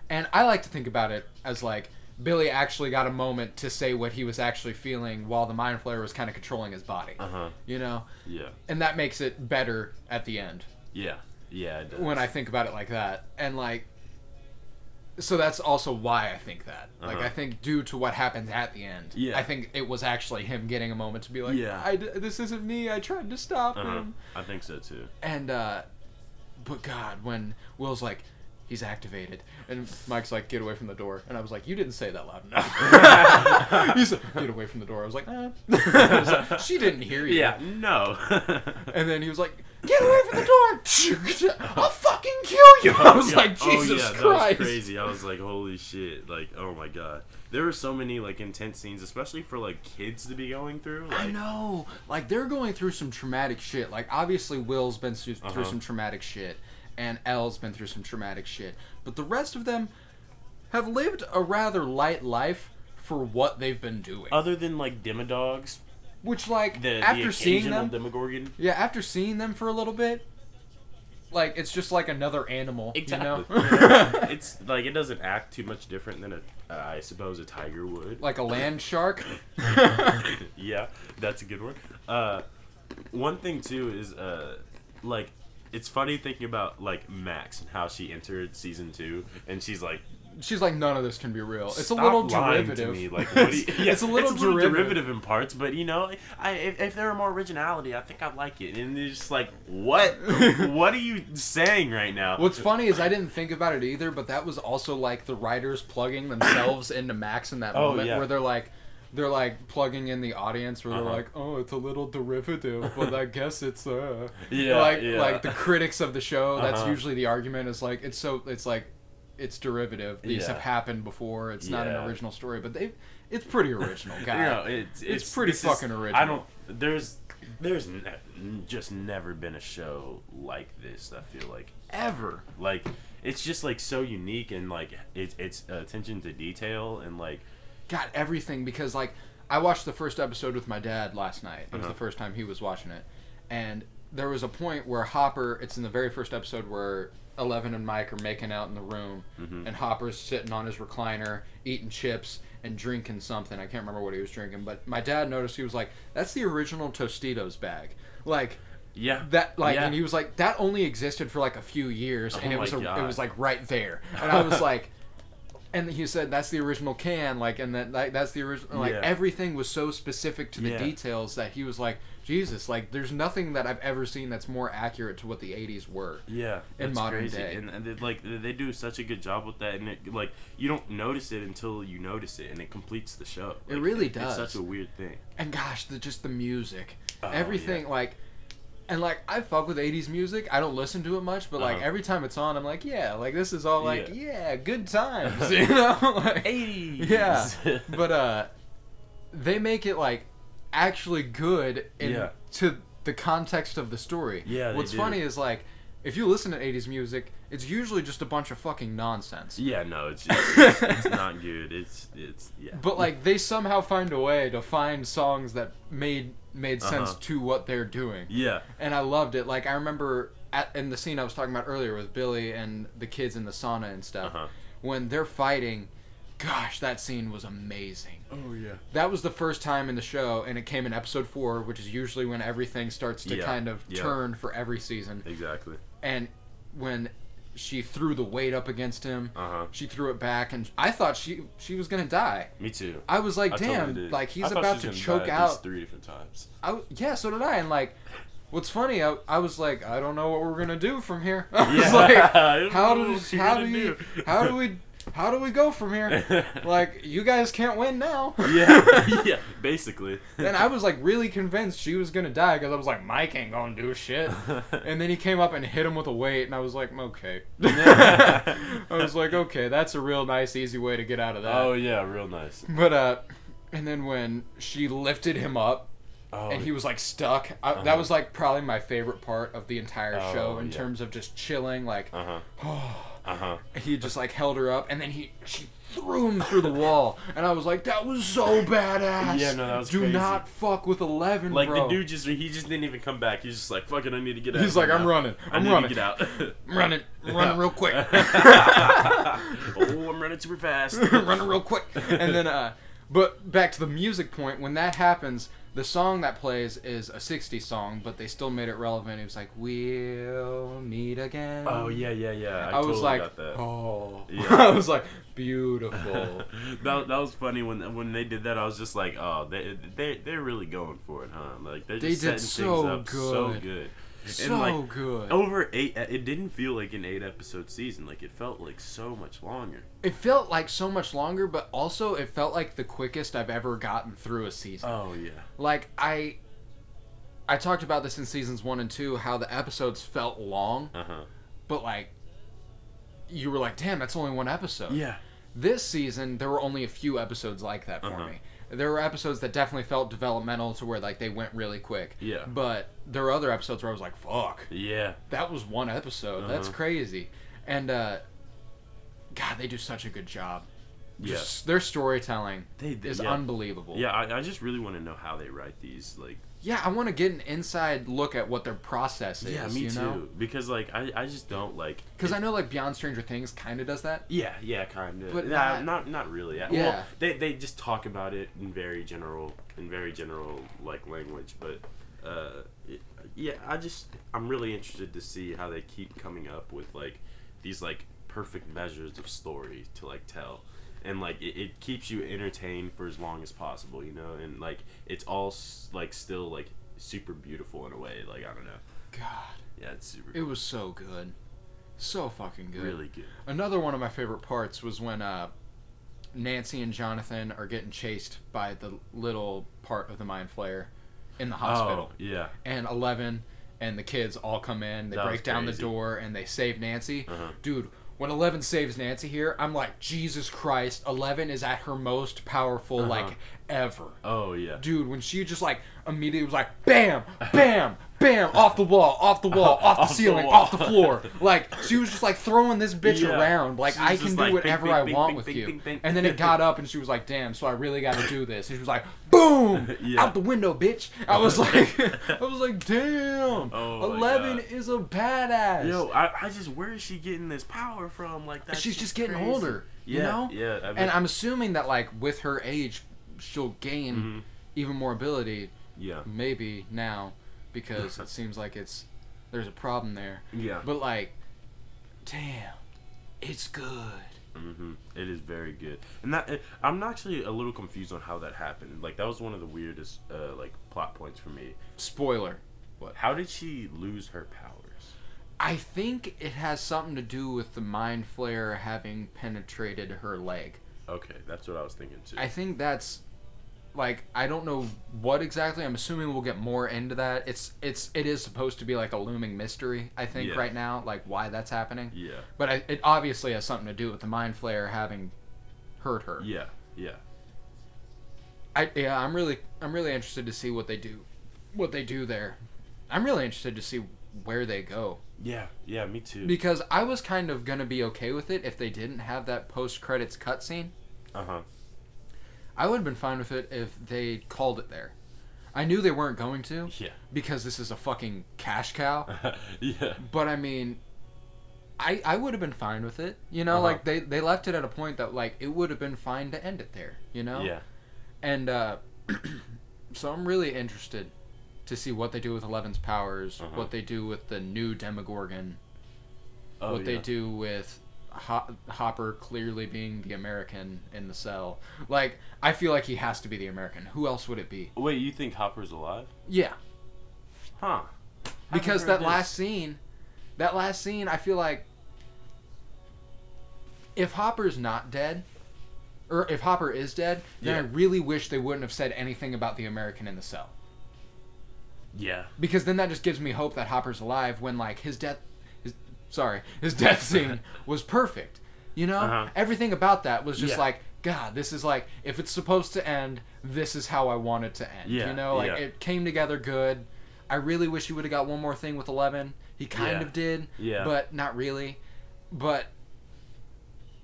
And I like to think about it as like Billy actually got a moment to say what he was actually feeling while the mind flayer was kind of controlling his body. uh huh, You know? yeah, And that makes it better at the end yeah, yeah. It does. when I think about it like that. And like so that's also why I think that. Like Uh-huh. I think due to what happens at the end, Yeah. I think it was actually him getting a moment to be like, Yeah. I d- this isn't me. I tried to stop uh-huh. him." I think so too. And uh but God, when Will's like, he's activated, and Mike's like, get away from the door, and I was like, you didn't say that loud enough. he's like, get away from the door. I was like, eh. I was like, she didn't hear you. Yeah, no. And then he was like, get away from the door. I'll fucking kill you. I was Yeah. like, Jesus oh, yeah, Christ. That was crazy. I was like, holy shit. Like, oh my god. There were so many like intense scenes, especially for like kids to be going through. Like, I know. Like they're going through some traumatic shit. Like obviously Will's been through, through Uh-huh. some traumatic shit, and L's been through some traumatic shit. But the rest of them have lived a rather light life for what they've been doing. Other than like Demodogs, Which like Uh, the after the seeing occasional them, Demogorgon. yeah, after seeing them for a little bit, like it's just like another animal. Exactly. You know? it's like it doesn't act too much different than a, uh, I suppose, a tiger would. like a land shark. yeah, that's a good one. Uh, one thing too is uh, like it's funny thinking about like Max and how she entered season two, and she's like, She's like none of this can be real. It's "Stop a little lying derivative. To me. Like, what do you- yeah, it's a little derivative. derivative. in parts, but you know, I, if, if there were more originality, I think I'd like it. And it's just like, what? what are you saying right now? What's funny is I didn't think about it either, but that was also like the writers plugging themselves into Max in that Oh, moment yeah. where they're like they're like plugging in the audience where they're Uh-huh. like, "Oh, it's a little derivative, but I guess it's uh Yeah, like yeah. like the critics of the show, that's Uh-huh. usually the argument is like it's so it's like it's derivative. These Yeah. have happened before. It's not Yeah. an original story, but they it's pretty original, guy. No, it's, it's pretty this fucking I original. don't. There's there's ne- n- just never been a show like this. I feel like ever. Like it's just like so unique and like it's it's attention to detail and like got everything because like I watched the first episode with my dad last night. It was Uh-huh. the first time he was watching it, and there was a point where Hopper. It's in the very first episode where Eleven and Mike are making out in the room, and Hopper's sitting on his recliner eating chips and drinking something. I can't remember what he was drinking, but my dad noticed he was like, "That's the original Tostitos bag." Like yeah that like yeah. and he was like that only existed for like a few years and it Oh my was a, it God. was like right there and i was like and he said that's the original can like and that like, that's the original like Yeah. everything was so specific to the Yeah. details that he was like jesus like there's nothing that i've ever seen that's more accurate to what the 80s were yeah in that's modern crazy. day. and, and they, like they they do such a good job with that and it like you don't notice it until you notice it and it completes the show It Like, really it's does. such a weird thing and gosh the just the music Oh, everything like and like I fuck with '80s music. I don't listen to it much, but like Uh-huh. every time it's on, I'm like, yeah, like this is all like, Yeah. yeah, good times, you know. like, 80s Yeah, but uh, they make it like actually good in, Yeah. to the context of the story. Yeah, they What's do. funny is like if you listen to 80s music, it's usually just a bunch of fucking nonsense. Yeah, no, it's it's, it's, it's not good. It's it's yeah. But like they somehow find a way to find songs that made made sense Uh-huh. to what they're doing. yeah, and I loved it. Like I remember at, in the scene I was talking about earlier with Billy and the kids in the sauna and stuff, Uh-huh. when they're fighting. Gosh, that scene was amazing. oh yeah, That was the first time in the show, and it came in episode four, which is usually when everything starts to Yeah, kind of yeah. turn for every season. exactly. And when she threw the weight up against him, Uh huh. she threw it back, and I thought she she was gonna die. Me too. I was like, I totally damn, did. like I he's thought about she to was gonna choke die at least out three different times. I w yeah, so did I. And like, what's funny? I, I was like, I don't know what we're gonna do from here. I was Yeah. like, how What do is she how do gonna you, do? how do we how do we go from here? like, you guys can't win now. yeah, yeah, basically. and I was like really convinced she was gonna die because I was like, Mike ain't gonna do shit. and then he came up and hit him with a weight, and I was like, okay. I was like, okay, that's a real nice, easy way to get out of that. oh yeah, real nice. But uh, and then when she lifted him up, Oh, and he was like stuck. I, Uh-huh. That was like probably my favorite part of the entire Oh, show in yeah. terms of just chilling. Like Uh huh. uh huh. he just like held her up, and then he she threw him through the wall, and I was like, that was so badass. Yeah, no, that was Do crazy. not fuck with eleven, Like bro. the dude just he just didn't even come back. He's just like, fuck it, I need to get out. He's like, I'm running. I I'm need running. to get out. I'm running, I'm running real quick, oh, I'm running super fast. I'm running real quick, and then uh, but back to the music point. When that happens. The song that plays is a 60s song, but they still made it relevant. It was like, We'll meet again. Oh yeah, yeah, yeah. I, I, was totally like, got that. oh, Yeah. I was like, beautiful. that, that was funny when when they did that. I was just like, oh, they they they're really going for it, huh? Like they're They just did setting so things up so good. good, so and like good. over eight. uh, It didn't feel like an eight episode season. Like it felt like so much longer. It felt like so much longer, but also it felt like the quickest I've ever gotten through a season. Oh yeah, like I, I talked about this in seasons one and two how the episodes felt long, uh huh, but like, you were like, damn, that's only one episode. yeah, This season, there were only a few episodes like that for Uh-huh. me. There were episodes that definitely felt developmental to where like they went really quick. Yeah. But there were other episodes where I was like, fuck. yeah. that was one episode. That's Uh-huh. crazy. And uh God, they do such a good job. Yeah. Just their storytelling They- they- is yeah. unbelievable. Yeah, I, I just really want to know how they write these. Like, Yeah, I want to get an inside look at what their process is, yeah, me you too. know? Because like, I, I just don't like. Cuz it- I know like Beyond Stranger Things kind of does that. Yeah, yeah, kind of. But nah, not- not, not really. Yeah. Yeah. Well, they they just talk about it in very general in very general like language, but uh, it- yeah, I just I'm really interested to see how they keep coming up with like these like perfect measures of story to like tell. And like it, it keeps you entertained for as long as possible, you know, and like it's all s- like still like super beautiful in a way. Like I don't know, God, yeah, it's super it was so good. So fucking good. really good. Another one of my favorite parts was when uh Nancy and Jonathan are getting chased by the little part of the mind flayer in the hospital. Oh yeah, and Eleven and the kids all come in. They That was break down the crazy. door and they save Nancy. Uh-huh. Dude, when Eleven saves Nancy here, I'm like, Jesus Christ, Eleven is at her most powerful Uh-huh. like ever. oh yeah. Dude, when she just like immediately was like, bam, bam, bam, off the wall, off the wall, off the Off the ceiling, wall. off the floor. Like she was just like throwing this bitch Yeah. around. Like She was I can just do like, whatever bing, I bing, want bing, with bing, you. bing, bing. And then it got up and she was like, damn, so I really got to do this. And she was like, boom, Yeah. out the window, bitch. I was like, I was like, damn, Oh my Eleven God. is a badass. Yo, I, I just where is she getting this power from? Like that. She's just getting older, you Yeah, know? yeah. I mean, and I'm assuming that like with her age, she'll gain Mm-hmm. even more ability yeah, maybe now because it seems like it's there's a problem there. yeah. But like, damn, it's good. hmm It is very good, and that eh, I'm actually a little confused on how that happened. Like that was one of the weirdest uh, like plot points for me. Spoiler. How did she lose her powers? I think it has something to do with the mind flare having penetrated her leg. Okay, that's what I was thinking too. I think that's like I don't know what exactly. I'm assuming we'll get more into that. It's it's it is supposed to be like a looming mystery. I think Yeah. right now, like why that's happening. yeah, But I, it obviously has something to do with the mind flare having hurt her. yeah, yeah. I yeah, I'm really I'm really interested to see what they do, what they do there. I'm really interested to see where they go Yeah, yeah, me too. because I was kind of gonna be okay with it if they didn't have that post credits cutscene. Uh huh. I would have been fine with it if they called it there. I knew they weren't going to Yeah. because this is a fucking cash cow. yeah. But I mean, I I would have been fine with it. You know, Uh-huh. like they they left it at a point that like it would have been fine to end it there. You know. Yeah. And uh, so I'm really interested to see what they do with Eleven's powers, Uh-huh. what they do with the new Demogorgon, Oh, what they yeah. do with Ho- Hopper clearly being the American in the cell. Like I feel like he has to be the American. Who else would it be? Wait, you think Hopper's alive? Yeah, Huh. Haven't because heard that this. last scene, that last scene, I feel like if Hopper's not dead. Or if Hopper is dead, then I Yeah. really wish they wouldn't have said anything about the American in the cell. Yeah. because then that just gives me hope that Hopper's alive when like his death his sorry his death scene was perfect you know Uh-huh. everything about that was just Yeah. like god this is like if it's supposed to end this is how I want it to end Yeah, you know like yeah. it came together good I really wish he would have got one more thing with 11 he kind Yeah. of did Yeah. but not really but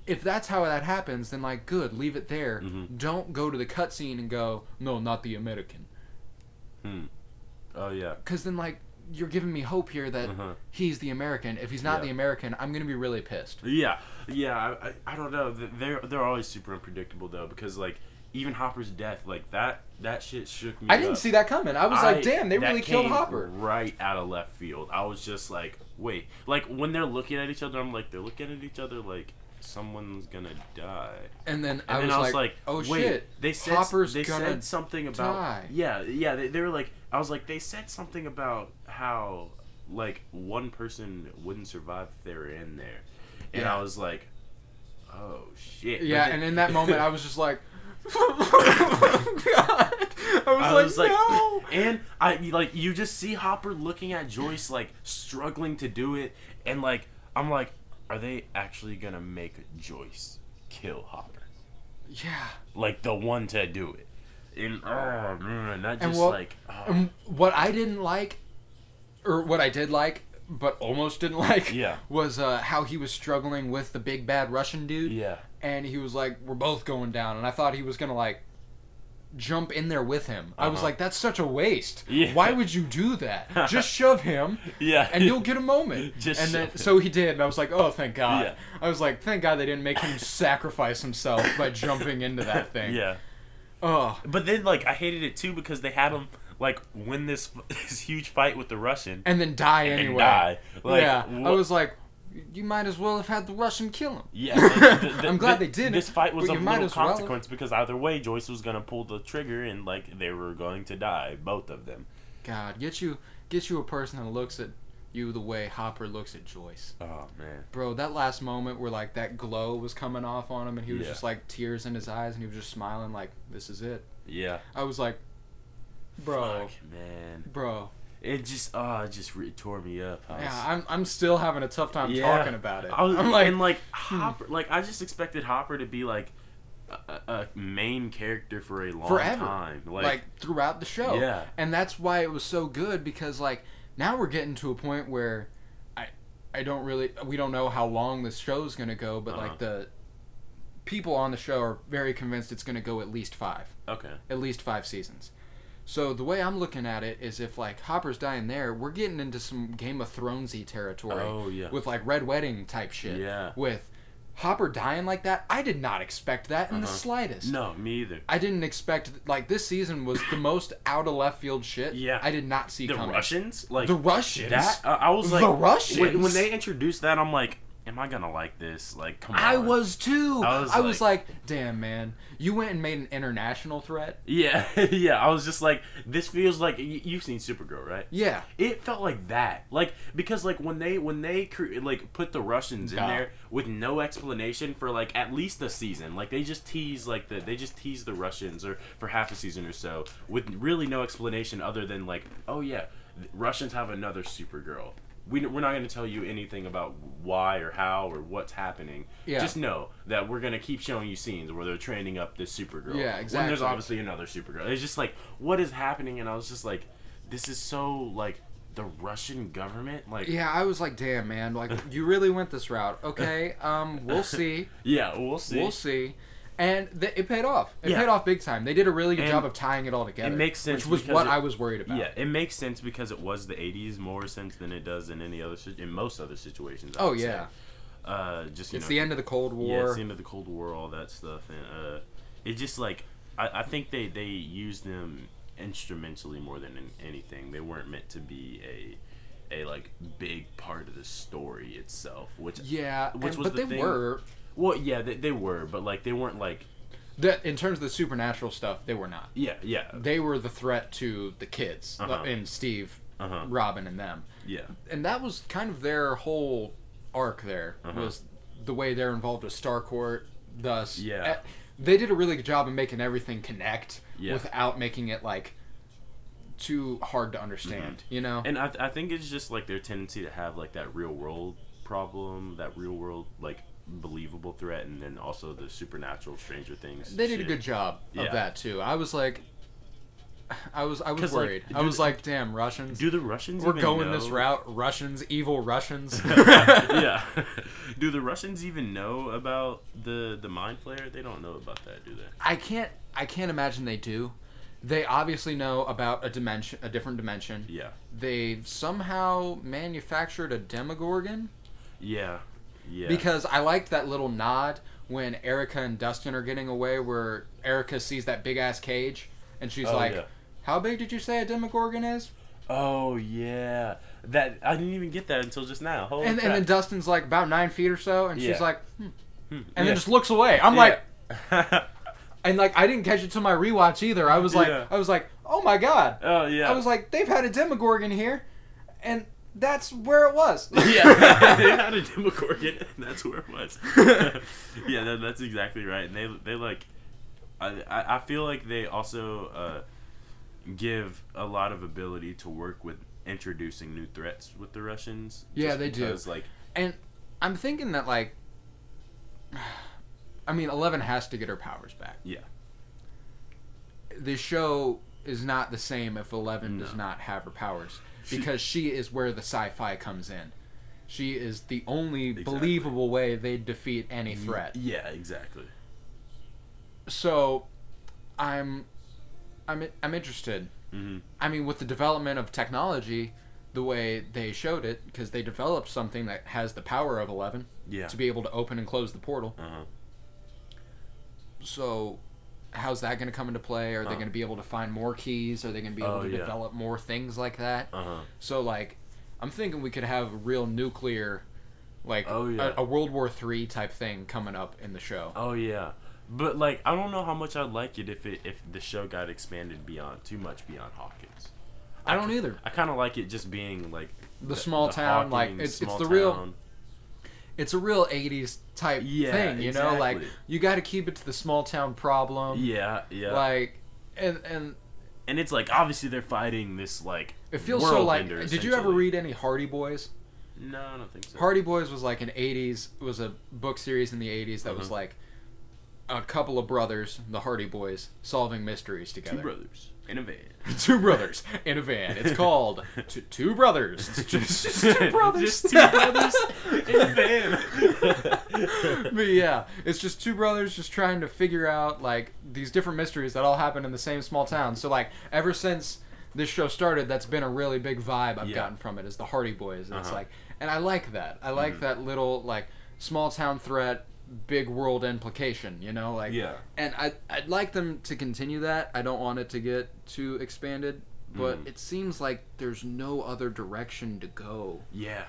if that's how that happens, then like good, leave it there. Mhm. Don't go to the cutscene and go, no, not the American. Oh yeah. because then like you're giving me hope here that Uh-huh. he's the American. If he's not Yeah. the American, I'm gonna be really pissed. Yeah, yeah. I, I, I don't know. Th- They're they're always super unpredictable though, because like even Hopper's death, like that that shit shook me. I didn't up. see that coming. I was I- like, damn, they that really killed came Hopper. right out of left field. I was just like, wait, like when they're looking at each other, I'm like, they're looking at each other like someone's gonna die. And then, And I, then was I was like, oh wait, shit, They said Hopper's they gonna said something about die. yeah, yeah. They, they were like, I was like, they said something about how like one person wouldn't survive if they were in there, and Yeah. I was like, oh shit. yeah. But And then- in that moment, I was just like, "Oh God. I was I like, was like, no. and I like you just see Hopper looking at Joyce like struggling to do it, and like I'm like, are they actually gonna make Joyce kill Hopper? Yeah. Like the one to do it. And oh man, that just And what- like oh, And Um, what I didn't like, or what I did like, but almost didn't like, Yeah. was uh, how he was struggling with the big bad Russian dude. yeah. and he was like, "We're both going down," and I thought he was gonna like jump in there with him. I was Uh-huh. like, "That's such a waste. Yeah. Why would you do that? Just shove him, Yeah. and you'll get a moment." Just and then shove him. so he did, and I was like, "Oh, thank God!" Yeah. I was like, "Thank God they didn't make him sacrifice himself by jumping into that thing." Yeah. Oh, But then like I hated it too because they had him like win this this huge fight with the Russian and then die anyway. and die. Like, yeah, I what- was like. You might as well have had the Russian kill him. Yeah, like, th- th- I'm glad th- they didn't, This fight was but of you might little as well have. consequence because either way, Joyce was gonna pull the trigger and like they were going to die, both of them. God, get you, get you a person that looks at you the way Hopper looks at Joyce. Oh man. Bro, that last moment where like that glow was coming off on him and he was Yeah. just like tears in his eyes and he was just smiling like this is it. Yeah. I was like, bro, Fuck, man. bro, It just oh, it just re- tore me up. I was- yeah, I'm I'm still having a tough time Yeah. talking about it. I was, I'm like, hmm. and like Hopper, like I just expected Hopper to be like a, a a main character for a long Forever. time. Like, like throughout the show, Yeah. and that's why it was so good because like now we're getting to a point where I I don't really we don't know how long this show's gonna go, but Uh-huh. like the people on the show are very convinced it's gonna go at least five. okay, at least five seasons. So the way I'm looking at it is if like Hopper's dying there, we're getting into some Game of Thronesy territory. Oh, yeah. With like Red Wedding type shit. Yeah. With Hopper dying like that, I did not expect that in the Uh-huh. slightest. no, me either. I didn't expect like this season was the most out of left field shit. Yeah. I did not see The coming. Russians, like the Russians. That uh, I was The like When, when Russians? they introduced that, I'm like, am I gonna like this? Like, come on. I was too. I was like, damn man, you went and made an international threat. Yeah, yeah. I was just like, this feels like y- you've seen Supergirl, right? Yeah. It felt like that, like because like when they when they cre- like put the Russians in Yeah. there with no explanation for like at least a season, like they just tease like the they just tease the Russians or for half a season or so with really no explanation other than like oh yeah, th- Russians have another Supergirl we, we're not going to tell you anything about why or how or what's happening. Yeah. Just know that we're going to keep showing you scenes where they're training up this Supergirl. Yeah, When there's exactly. obviously another Supergirl. It's just like, what is happening? And I was just like, this is so, like, the Russian government? Like, Yeah, I was like, damn, man, like you really went this route. Okay, um, we'll see, yeah, we'll see. we'll see, and th- it paid off. It Yeah. paid off big time. They did a really good And job of tying it all together. makes sense which was because what it- I was worried about. Yeah, it makes sense because it was the '80s more sense than it does in any other sit- in most other situations. I Oh would say. yeah, uh, just you it's know, the end of the Cold War. yeah, it's the end of the Cold War, all that stuff, and uh, it just like I, I think they they used them instrumentally more than in anything. They weren't meant to be a a like big part of the story itself, which Yeah, Which and- was but the they thing- were well, yeah, they, they were, but like they weren't like that in terms of the supernatural stuff, they were not. yeah, yeah, They were the threat to the kids uh, Uh-huh. and Steve, Uh-huh. Robin, and them. yeah, and that was kind of their whole arc there Uh-huh. was the way they're involved with Starcourt. Thus, Yeah. eh, they did a really good job of making everything connect Yeah. without making it like too hard to understand. You know, Mm-hmm. And I, I think it's just like their tendency to have like that real world problem, that real world like believable threat, and then also the supernatural Stranger Things. they did a good job of Yeah. that too. I was like, I was I was 'Cause, like, worried. I do was the- like, damn Russians. Do the Russians? we're even going know? this route, Russians, evil Russians. yeah. do the Russians even know about the the mind flayer? They don't know about that, do they? I can't I can't imagine they do. They obviously know about a dimension, a different dimension. Yeah. they somehow manufactured a demogorgon Yeah. Yeah. because I liked that little nod when Erica and Dustin are getting away, where Erica sees that big ass cage and she's Oh, like, yeah. "How big did you say a demogorgon is?" oh yeah, that I didn't even get that until just now. Holy And, and crap. then Dustin's like about nine feet or so, and Yeah. she's like, hmm. and yeah. then just looks away. I'm like, Yeah. and like I didn't catch it till my rewatch either. I was like, Yeah. I was like, oh my god. oh yeah. I was like, they've had a demogorgon here, and that's where it was. yeah, they had a demogorgon, and that's where it was. yeah, that, that's exactly right. And they they like, I I I feel like they also uh, give a lot of ability to work with introducing new threats with the Russians. Yeah, just they do. because, Like, And I'm thinking that like I mean, Eleven has to get her powers back. yeah, The show is not the same if Eleven does No. not have her powers She- because she is where the sci-fi comes in. She is the only Exactly. believable way they defeat any threat. yeah, exactly. So I'm I'm I'm interested. Mhm. I mean, with the development of technology, the way they showed it because they developed something that has the power of 11 Yeah. to be able to open and close the portal. Uh huh. so how's that going to come into play are they Huh. going to be able to find more keys are they going to be able Uh-huh. Oh, to yeah. develop more things like that Uh huh. so like i'm thinking we could have real nuclear like Oh, yeah. a, a world war III type thing coming up in the show Oh yeah. But like, I don't know how much I'd like it if it if the show got expanded beyond too much beyond Hawkins. i don't either I kind of like it just being like The small town, like, Hawkins it's- it's small the real- town. it's a real 80s type Yeah, thing you know like exactly. you got to keep it to the small town problem Yeah, yeah. like and and and it's like obviously they're fighting this like. it feels so like whirlwinder, did you ever essentially. read any hardy boys No, I don't think so. Hardy Boys was like an '80s was a book series in the '80s that was Uh-huh. like a couple of brothers, the Hardy Boys, solving mysteries Two together. brothers in a van. Two brothers in a van. It's called T- Two Brothers. It's just, just two brothers. Just two brothers in a van. but yeah, it's just two brothers just trying to figure out like these different mysteries that all happen in the same small town. So like ever since this show started, that's been a really big vibe I've Yeah. gotten from it is the Hardy Boys. And It's Uh-huh. Mm. like, and I like that. I like that little like small town threat, big world implication. You know, like Yeah. And I I'd like them to continue that. I don't want it to get too expanded. But Mm. it seems like there's no other direction to go yeah.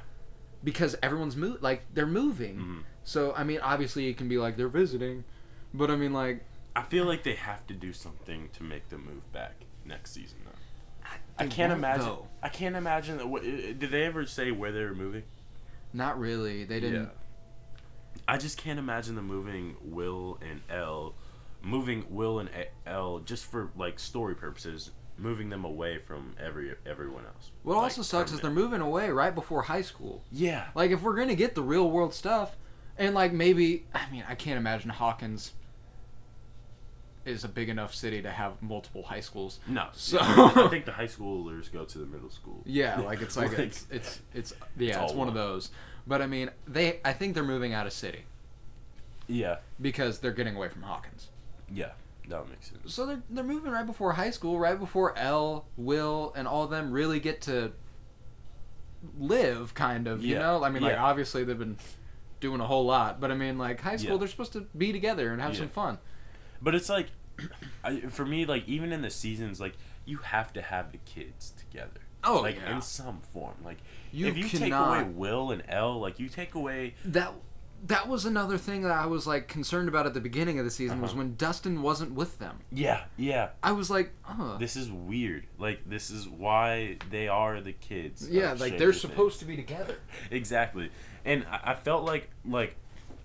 because everyone's move like they're moving. Mm-hmm. So I mean, obviously it can be like they're visiting, but I mean like I feel like they have to do something to make the move back next season though. I They can't won't, imagine. though. I can't imagine that. What, did they ever say where they were moving? not really. They didn't. I just can't imagine them moving Will and L, moving Will and A- L just for like story purposes moving them away from every everyone else. What Like, also sucks is they're permanent. moving away right before high school. Yeah. Like if we're gonna get the real world stuff, and like maybe I mean I can't imagine Hawkins is a big enough city to have multiple high schools. No. So- I think the high schoolers go to the middle school. Yeah, like it's like, Like- it's, it's it's yeah all it's one of one. those. But I mean they I think they're moving out of city Yeah. because they're getting away from Hawkins. Yeah. That makes sense. So they're they're moving right before high school, right before L, Will, and all of them really get to live, kind of. You Yeah. know, I mean, like Yeah. obviously they've been doing a whole lot, but I mean, like high school, Yeah. they're supposed to be together and have Yeah. some fun. But it's like, I, for me, like even in the seasons, like you have to have the kids together. Oh, like yeah. in some form. Like You if you take cannot- away Will and L, like you take away. That that was another thing that I was like concerned about at the beginning of the season was Uh-huh. when Dustin wasn't with them. Yeah, yeah. I was like, oh, This is weird. Like this is why they are the kids. yeah, of like they're Stranger Things. supposed to be together. exactly. And I, I felt like like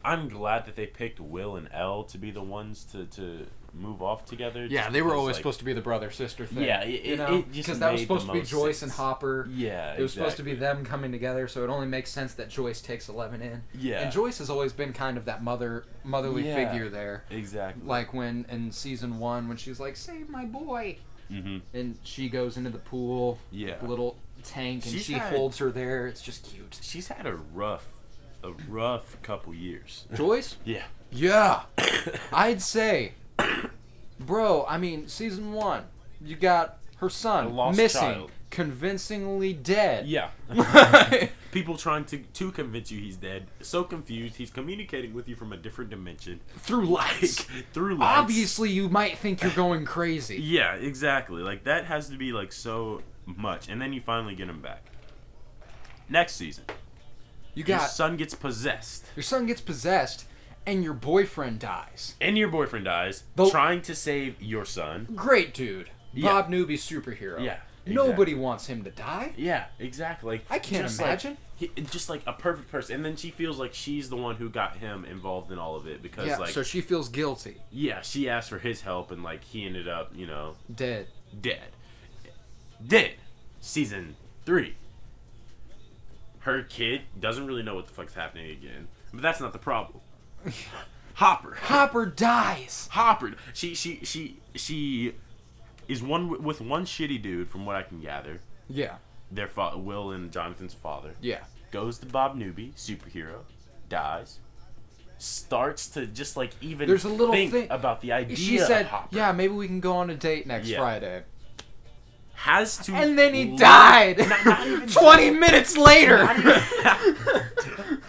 I'm glad that they picked Will and L to be the ones to to move off together. Yeah, just they were because, always like, supposed to be the brother sister thing. Yeah, it- you it- know, it just because that was made supposed the to be most Joyce and sense. Hopper. Yeah, It was supposed to be exactly. them coming together, so it only makes sense that Joyce takes Eleven in. Yeah. and Joyce has always been kind of that mother motherly Yeah. figure there. Exactly. Like when in season one, when she's like, "Save my boy," Mm-hmm. and she goes into the pool, Yeah. little tank, and She's she had- holds her there. It's just cute. She's had a rough, a rough couple years. Joyce, Yeah. yeah, I'd say, bro. I mean, season one, you got her A son lost missing, child. convincingly dead. Yeah. People trying to to convince you he's dead. So confused. He's communicating with you from a different dimension, through lights. like through lights. Obviously, you might think you're going crazy. Yeah, exactly. Like that has to be like so much, and then you finally get him back. Next season, You your got son gets possessed, your son gets possessed, and your boyfriend dies. and your boyfriend dies, The- trying to save your son. Great dude, Yeah. Bob Newby superhero. Yeah, Nobody wants him to die. Yeah, exactly. Like, I can't like- imagine. he, just like a perfect person, and then she feels like she's the one who got him involved in all of it because, Yeah. like, so she feels guilty. yeah, she asked for his help, and like he ended up, you know, Dead. dead. Dead. Season three. Her kid doesn't really know what the fuck's happening again, but that's not the problem. Hopper. Hopper dies. Hopper. She she she she is one with one shitty dude from what I can gather. Yeah. Their fa- Will and Jonathan's father Yeah. goes to Bob Newby, superhero, dies, starts to just like even There's a little think thing- about the idea. She said, of Hopper. "Yeah, maybe we can go on a date next Yeah. Friday." has to, And then he learn- died. Not, not even Twenty minutes Not later, even-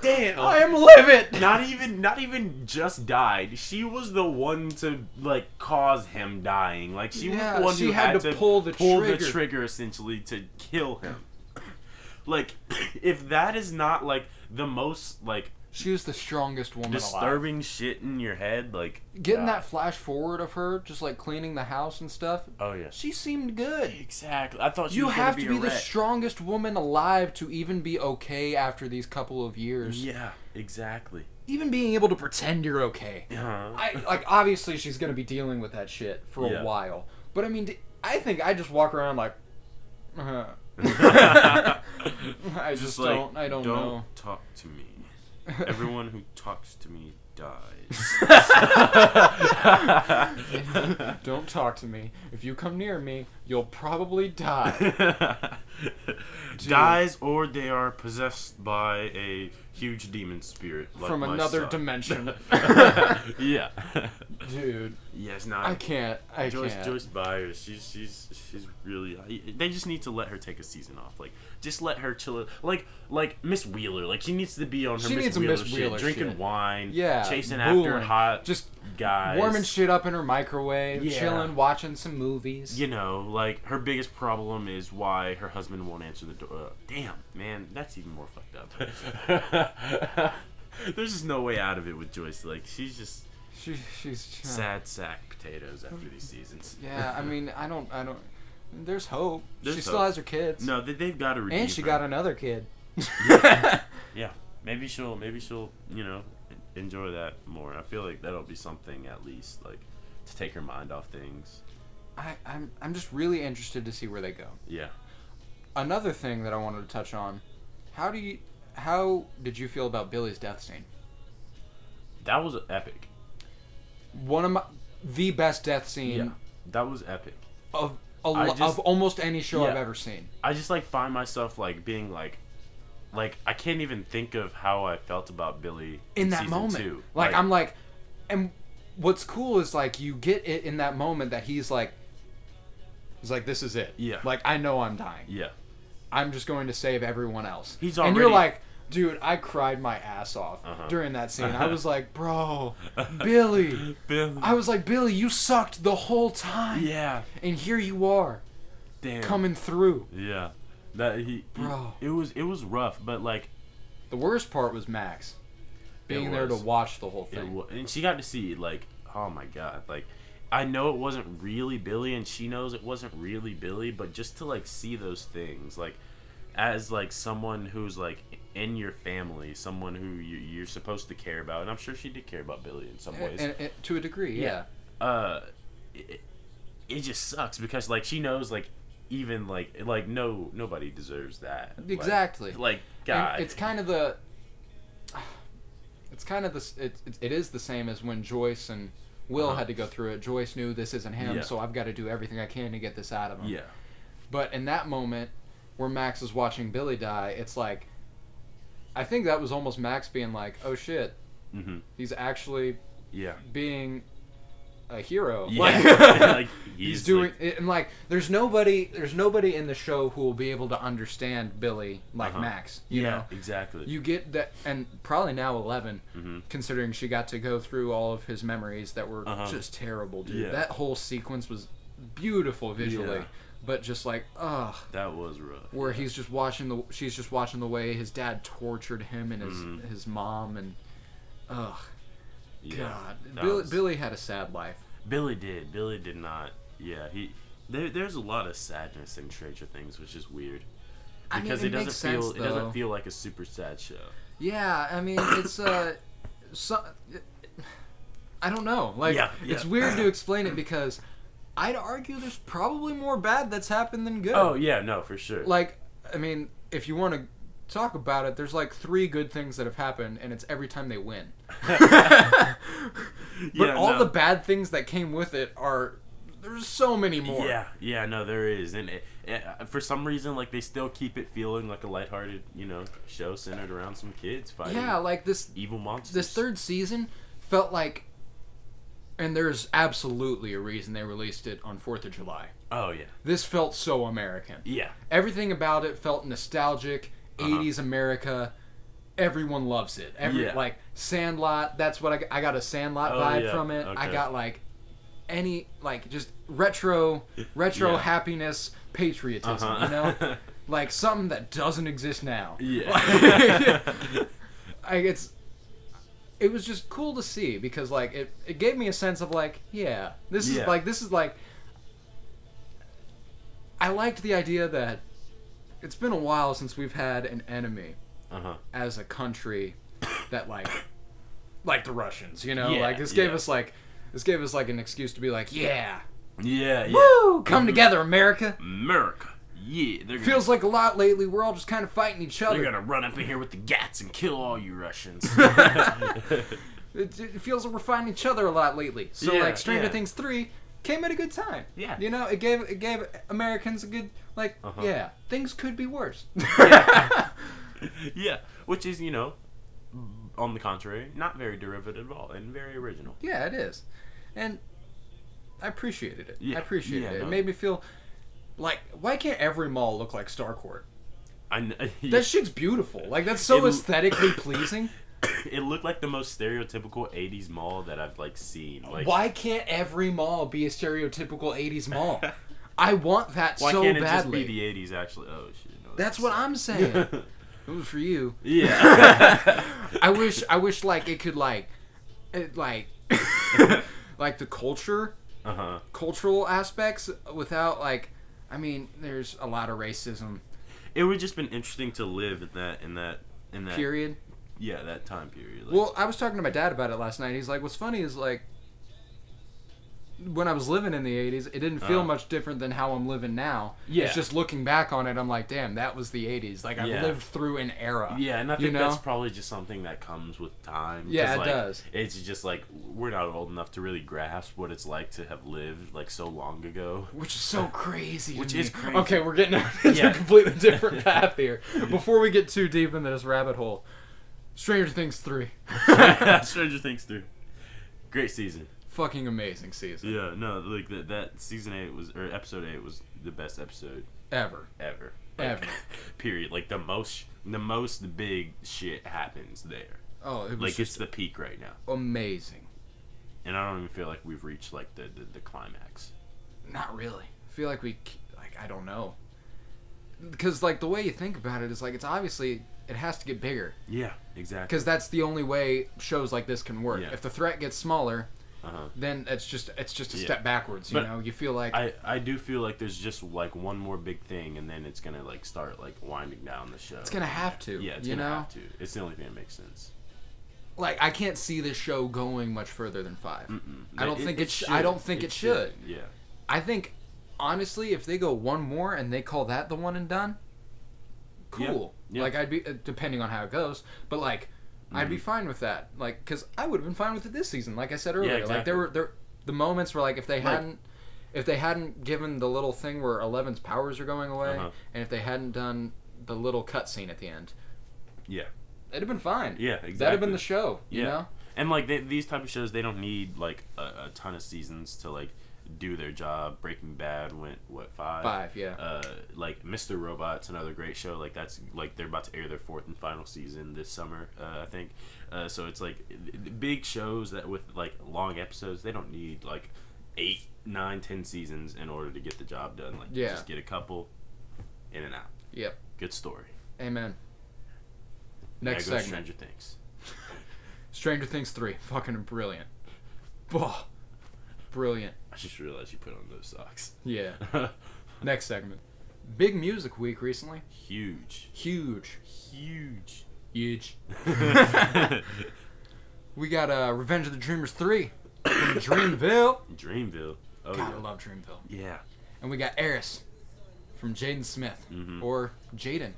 Damn. I am livid. not even not even just died. She was the one to like cause him dying. Like she was Yeah, the one she who had had, to pull the trigger. trigger essentially to kill him. Like if that is not like the most like She was the strongest woman alive. disturbing shit in your head, like Getting God. that flash forward of her, just like cleaning the house and stuff. Oh yeah. She seemed good. Exactly. I thought she you was have to gonna be be a the wreck. strongest woman alive to even be okay after these couple of years. Yeah, exactly. Even being able to pretend you're okay. Uh-huh. I like obviously she's gonna be dealing with that shit for Yeah. a while. But I mean, d- I think I just walk around like, uh, I just, like, don't. I don't, know. talk to me. Everyone who talks to me dies. Don't talk to me. If you come near me, you'll probably die. dies or they are possessed by a huge demon spirit like From my another son. dimension. yeah. Dude, Yeah, it's not. I can't. I Joyce can't. Joyce Byers, she's she's she's really. They just need to let her take a season off. Like, just let her chill. it- Like like Miss Wheeler, like she needs to be on her She Miss, needs a Wheeler Miss Wheeler shit, drinking shit. wine, Yeah, chasing after booing. hot Just guys, warming shit up in her microwave, Yeah. chilling, watching some movies. you know, like her biggest problem is why her husband won't answer the door. Uh, damn, man, that's even more fucked up. There's just no way out of it with Joyce. Like she's just She, she's sad sack potatoes after these seasons. Yeah, I mean, I don't, I don't. There's hope. There's she still hope. has her kids. No, they, they've got to redeem. and she her. got another kid. Yeah, maybe she'll maybe she'll you know en- enjoy that more. I feel like that'll be something at least like to take her mind off things. I, I'm I'm just really interested to see where they go. Yeah. Another thing that I wanted to touch on, how do you how did you feel about Billy's death scene? That was epic. One of my the best death scene Yeah. That was epic. of a, I lo- just- of almost any show I've Yeah. ever seen. I just like find myself like being like like I can't even think of how I felt about Billy in that season moment. two. Like, I'm like, and what's cool is like you get it in that moment that he's like, he's like, this is it. Yeah. Like I know I'm dying. yeah. I'm just going to save everyone else. He's and you're already- like. Dude, I cried my ass off Uh-huh. during that scene. I was like, "Bro, Billy." Billy. I was like, "Billy, you sucked the whole time." yeah. And here you are, Damn. coming through. Yeah. That he, he- Bro. It was it was rough, but like The worst part was Max being there to was. watch the whole it thing. was, and she got to see like oh my god like I know it wasn't really Billy and she knows it wasn't really Billy, but just to like see those things like as like someone who's like in your family, someone who you, you're supposed to care about, and I'm sure she did care about Billy in some ways. And, and- and- to a degree, yeah. uh it, it just sucks because like she knows like even like like no nobody deserves that Like- Exactly. like, And god it's kind of the. It's kind of this. It, it, it is the same as when Joyce and Will Uh-huh. had to go through it. Joyce knew this isn't him, Yeah. so I've got to do everything I can to get this out of him. yeah But in that moment, where Max is watching Billy die, it's like. I think that was almost Max being like, "Oh shit, mm-hmm. he's actually yeah being a hero." yeah Like, like, he's, like- doing it and like there's nobody there's nobody in the show who will be able to understand Billy like Uh-huh. Max. You yeah know? exactly you get that and probably now 11 Mm-hmm. considering she got to go through all of his memories that were Uh-huh. just terrible dude Yeah. that whole sequence was beautiful visually Yeah. but just like ugh that was rough where he's just watching the she's just watching the way his dad tortured him and his his mom and ugh Mm-hmm. yeah. god that billy, was- billy had a sad life Billy did Billy did not yeah he there, there's a lot of sadness in Stranger Things which is weird I mean, because it it, doesn't makes feel sense, it though. doesn't feel like a super sad show yeah i mean it's uh so, i don't know like Yeah, it's yeah. weird to explain it because i'd argue there's probably more bad that's happened than good oh yeah no for sure like I mean, if you want to talk about it, there's like three good things that have happened, and it's every time they win. But Yeah, all no. the bad things that came with it are there's so many more. Yeah, yeah, no, there is, and it, it, uh, for some reason, like they still keep it feeling like a lighthearted, you know, show centered around some kids fighting yeah, like this evil monsters. this third season felt like, and there's absolutely a reason they released it on Fourth of July. Oh yeah, This felt so American. yeah, Everything about it felt nostalgic, Uh-huh. 80s America. Everyone loves it. Every Yeah. like Sandlot, that's what I g- I got a Sandlot Oh, vibe yeah. from it. I Okay. got like any like just retro retro Yeah. happiness patriotism, Uh-huh. you know? like something that doesn't exist now. yeah, Like it's it was just cool to see because like it, it gave me a sense of like, yeah, this Yeah. is like this is like I liked the idea that it's been a while since we've had an enemy uh huh, as a country that like like the Russians, you know? Yeah, like this gave yeah. us like this gave us like an excuse to be like, yeah, yeah, yeah. woo, Mm-hmm. come together America. America, yeah, they're gonna, Feels like a lot lately. We're all just kind of fighting each they're other. gonna run up in here with the gats and kill all you Russians. it, it feels like we're finding each other a lot lately. So Yeah, like Stranger yeah. Things three came at a good time. Yeah. you know it gave it gave Americans a good like Uh-huh. yeah things could be worse. yeah, which is you know, on the contrary, not very derivative at all, and very original. yeah, it is, and I appreciated it. Yeah, I appreciated yeah, it. no. It made me feel like why can't every mall look like Starcourt? I kn- That shit's beautiful. Like that's so It- aesthetically pleasing. it looked like the most stereotypical '80s mall that I've like seen. Like Why can't every mall be a stereotypical '80s mall? I want that Why so can't it badly. just be the 80s, actually? Oh, shit. No, that's what I'm saying. it was for you. Yeah. I wish I wish like it could like it like like the culture uh huh. cultural aspects without like I mean there's a lot of racism It would just been interesting to live in that, in that, in that, period. yeah, that time period. Like, Well, I was talking to my dad about it last night. He's like what's funny is like when I was living in the '80s, it didn't feel Uh. much different than how I'm living now. Yeah. It's just looking back on it, I'm like, damn, that was the '80s. Like I Yeah. lived through an era. Yeah, and I you think know? that's probably just something that comes with time. 'cause, Yeah, it like, does. It's just like we're not old enough to really grasp what it's like to have lived like so long ago. Which is so crazy. to Uh, Which me. is crazy. Okay, we're getting into Yeah. a completely different path here. Before we get too deep into this rabbit hole, Stranger Things 3. Stranger Things three, great season. Fucking amazing season. Yeah, no, like that that season eight was or episode eight was the best episode Ever. ever. Like, Ever. period. Like the most, the most big shit happens there. Oh, it was Like just it's the peak right now, amazing. and I don't even feel like we've reached like the the, the climax. Not really. I feel like we, c- like, I don't know. Because, like, the way you think about it is, like, it's obviously, it has to get bigger. Yeah, exactly. Because that's the only way shows like this can work. Yeah. If the threat gets smaller, Uh-huh. then it's just it's just a Yeah. step backwards. You But know, you feel like I, I do feel like there's just like one more big thing and then it's gonna like start like winding down the show. it's gonna have to. yeah, it's you gonna know? have to. It's the only thing that makes sense. like I can't see this show going much further than 5 I don't It- think it it. sh- I should. don't think it, should. Yeah, I think honestly, if they go one more and they call that the one and done, cool. Yeah. Like I'd be uh, depending on how it goes, but like I'd Mm-hmm. be fine with that. Like because I would have been fine with it this season. Like I said earlier, like exactly. there were there the moments where like if they Right. hadn't. If they hadn't given the little thing where Eleven's powers are going away, Uh-huh. and if they hadn't done the little cutscene at the end, yeah, it'd have been fine. Yeah, That'd have exactly. been the show. yeah. You know? And like they, these type of shows, they don't need like a, a ton of seasons to like do their job. Breaking Bad went what five? Five, yeah. Uh, like Mr. Robot's another great show. Like that's like they're about to air their fourth and final season this summer, uh, I think. Uh, so it's like the big shows that with like long episodes, they don't need like eight, nine, ten seasons in order to get the job done. Like Yeah. just get a couple, in and out. Yep. Good story. Amen. There Next goes segment. Stranger. Stranger Things Things. 3. Fucking brilliant. Bah. Brilliant. I just realized you put on those socks. Yeah. Next segment. Big music week recently. Huge. Huge. Huge. Huge. We got uh, Revenge of the Dreamers 3 from Dreamville. Dreamville. Oh God, I yeah. love Dreamville. yeah. And we got Eris from Jaden Smith, or Jaden,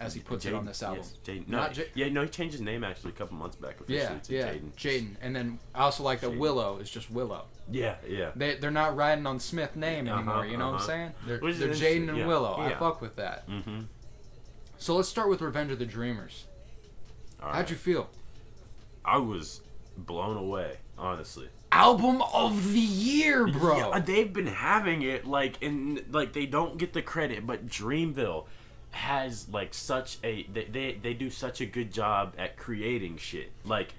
as he puts it on Mm-hmm. Jaden, this album. yes, Jaden. No, Not Ja- yeah, no, he changed his name actually a couple months back. Officially Yeah, to yeah, Jaden. Jaden. And then I also like that Jaden. Willow is just Willow. Yeah, yeah. They they're not riding on Smith name Uh-huh, anymore. you know what I'm uh-huh. saying? They're, Which is they're interesting, Jaden and yeah, Willow. I yeah. fuck with that. Mm-hmm. So let's start with Revenge of the Dreamers. How'd you feel? I was blown away, honestly. Album of the year, bro. Yeah, uh, they've been having it like and like they don't get the credit, but Dreamville has like such a they, they they do such a good job at creating shit. Like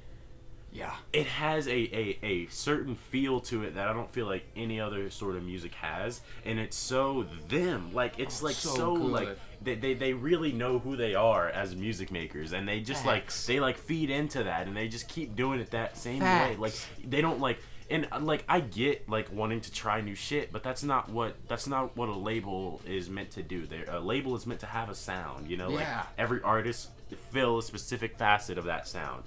Yeah. it has a, a, a certain feel to it that I don't feel like any other sort of music has, and it's so them. Like it's Oh, like so, so good. like they, they they really know who they are as music makers, and they just Facts. like they like feed into that, and they just keep doing it that same Facts. way. Like they don't like. And uh, like I get like wanting to try new shit, but that's not what that's not what a label is meant to do. There, a label is meant to have a sound, you know. Like Yeah. every artist fill a specific facet of that sound,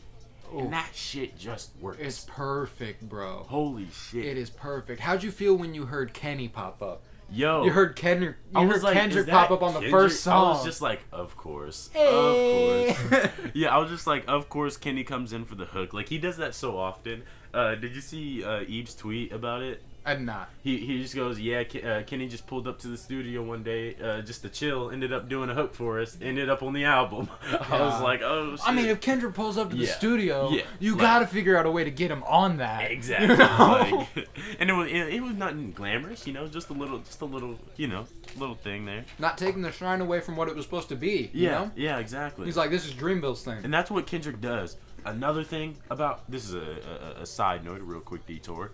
Ooh. and that shit just works. It's perfect, bro. Holy shit! It is perfect. How'd you feel when you heard Kenny pop up? Yo, You heard Kendrick. You heard Kendrick is that pop up on the Kendrick? first song. Eh. I was just like, of course, Hey. of course. yeah, I was just like, of course, Kenny comes in for the hook. Like he does that so often. Uh, did you see uh, Ebe's tweet about it? I'm not. He, he just goes, yeah. Ke- uh, Kenny just pulled up to the studio one day, uh, just to chill. Ended up doing a hook for us. Ended up on the album. I Yeah. was like, oh. Shit. I mean, if Kendrick pulls up to the Yeah. studio, Yeah. you Like- gotta figure out a way to get him on that. Exactly. You know? Like, and it was it, it was nothing glamorous, you know, just a little, just a little, you know, little thing there. Not taking the shrine away from what it was supposed to be. You Yeah, know? yeah, exactly. He's like, this is Dreamville's thing. and that's what Kendrick does. Another thing about this is a, a, a side note, a real quick detour.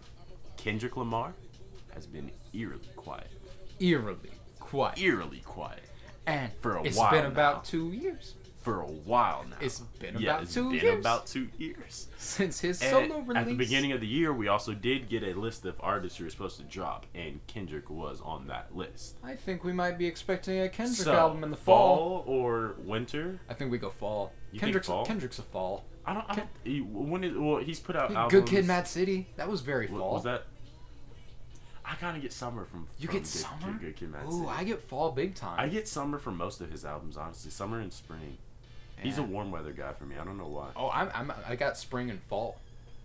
Kendrick Lamar has been eerily quiet, Eerily quiet. eerily quiet and for a it's while been now. about two years for a while now. It's been yeah, about it's two been years. about two years. since his And solo release. At the beginning of the year, we also did get a list of artists who were supposed to drop, and Kendrick was on that list. I think we might be expecting a Kendrick So, album in the fall. or winter. I think we go fall. You think Kendrick's fall? Kendrick's a fall. I don't. I don't he, when is, well, he's put out albums. Good Kid, Mad City. That was very Wa- fall. Was that? I kind of get summer from You from get Good- summer. Good, Good Kid, Mad City. Ooh, I get fall big time. I get summer from most of his albums, honestly. Summer and spring. He's a Yeah. warm weather guy for me. I don't know why. Oh, I'm, I'm I got spring and fall.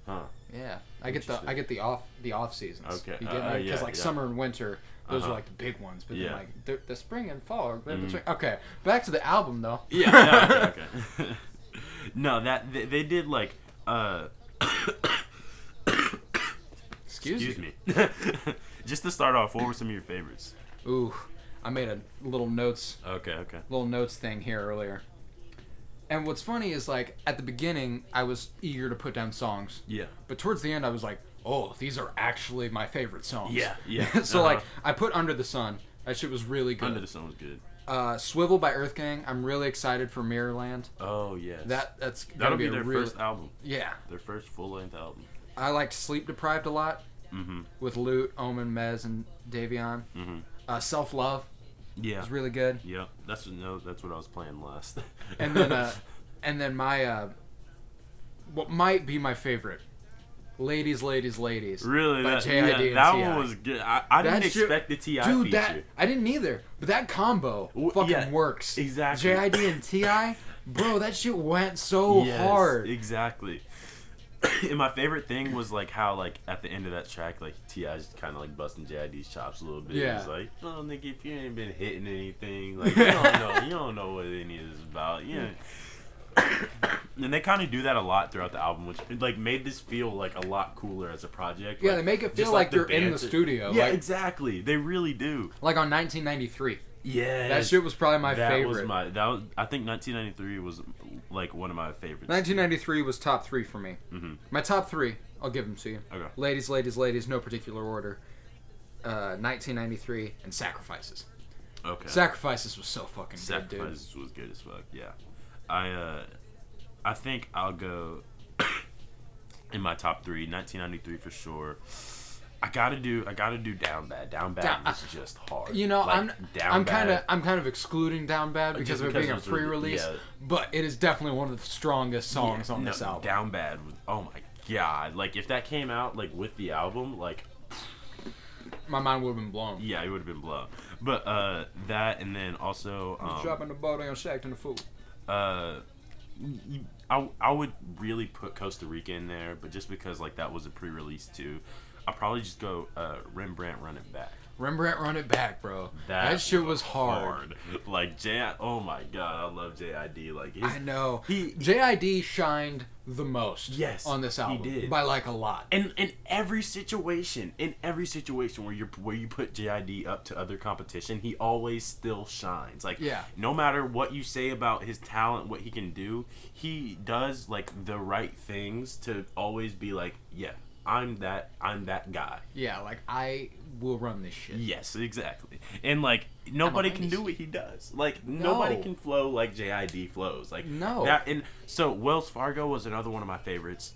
Huh. Yeah, I get the Interesting. I get the off the off seasons. Okay, you get uh, uh, because yeah, like yeah. summer and winter, those are Uh-huh. like the big ones. But then Yeah. like the, the spring and fall are Mhm. between. Okay, back to the album though. Yeah. yeah, okay. okay. no, that they, they did like. uh Excuse, Excuse me. me. Just to start off, what were some of your favorites? Ooh, I made a little notes Okay. Okay. little notes thing here earlier. And what's funny is like at the beginning, I was eager to put down songs, Yeah. but towards the end, I was like, oh, these are actually my favorite songs. Yeah, yeah. so Uh-huh. like I put Under the Sun. That shit was really good. Under the Sun was good. uh, Swivel by Earth Gang. I'm really excited for Mirrorland. Oh yes. That that's gonna that'll be, be a their real- first album. Yeah, Their first full length album. I liked Sleep Deprived a lot Mm-hmm. with Loot, Omen, Mez, and Davion. Mm-hmm. Uh, Self Love Yeah. was really good. yeah. That's no. That's what I was playing last. and then uh, and then my uh, what might be my favorite, ladies, ladies, ladies. Really, by that, J.I.D. yeah, and that T.I.. one was good. I, I That didn't shit- expect the Ti Dude, feature. that I didn't either, but that combo W- fucking yeah, works. exactly. JID and Ti, bro, that shit went so Yes, hard. Exactly. and my favorite thing was like how like at the end of that track, like Ti's kind of like busting JID's chops a little bit. Yeah. He's like, "No, nigga, if you ain't been hitting anything, like you don't know, you don't know what any of this is about." Yeah. and they kind of do that a lot throughout the album, which like made this feel like a lot cooler as a project. Yeah, like, they make it just feel like the you're in the banter- studio, Yeah, like- exactly. They really do. Like on 1993, Yeah. that shit was probably my that favorite. was my that was I think 1993 was like one of my favorites. 1993 was top three for me. Mhm. My top three, I'll give them to you. Okay. Ladies, ladies, ladies, no particular order. Uh, 1993 and Sacrifices. Okay. Sacrifices was so fucking good, dude. Sacrifices was good as fuck. Yeah, I uh, I think I'll go in my top three. 1993 for sure. I gotta do. I gotta do down bad. Down bad Down- was just hard. You know, Like, I'm Down I'm Bad- kind of I'm kind of excluding Down Bad because Just of it because being it a was really- pre-release, yeah. but it is definitely one of the strongest songs on no, this album. Down bad was. Oh my god! Like if that came out like with the album, like My mind would have been blown. yeah, it would have been blown. But uh, that and then also um, Dropping the bottle on Shacked in the food. uh, you- I, I would really put Costa Rica in there, but just because like that was a pre-release too, I'll probably just go uh, Rembrandt Run It Back. Rembrandt, run it back, bro. That, That shit was hard. Like J, oh my god, I love JID. Like his, I know. He- JID shined the most. Yes, on this he album did. by like a lot. in in every situation, in every situation where you where you put JID up to other competition, he always still shines. Like Yeah. no matter what you say about his talent, what he can do, he does like the right things to always be like, yeah, I'm that I'm that guy. Yeah, like I will run this shit. Yes, exactly. And like nobody can do beast. what he does. Like nobody No. can flow like JID flows. Like No. That and so Wells Fargo was another one of my favorites.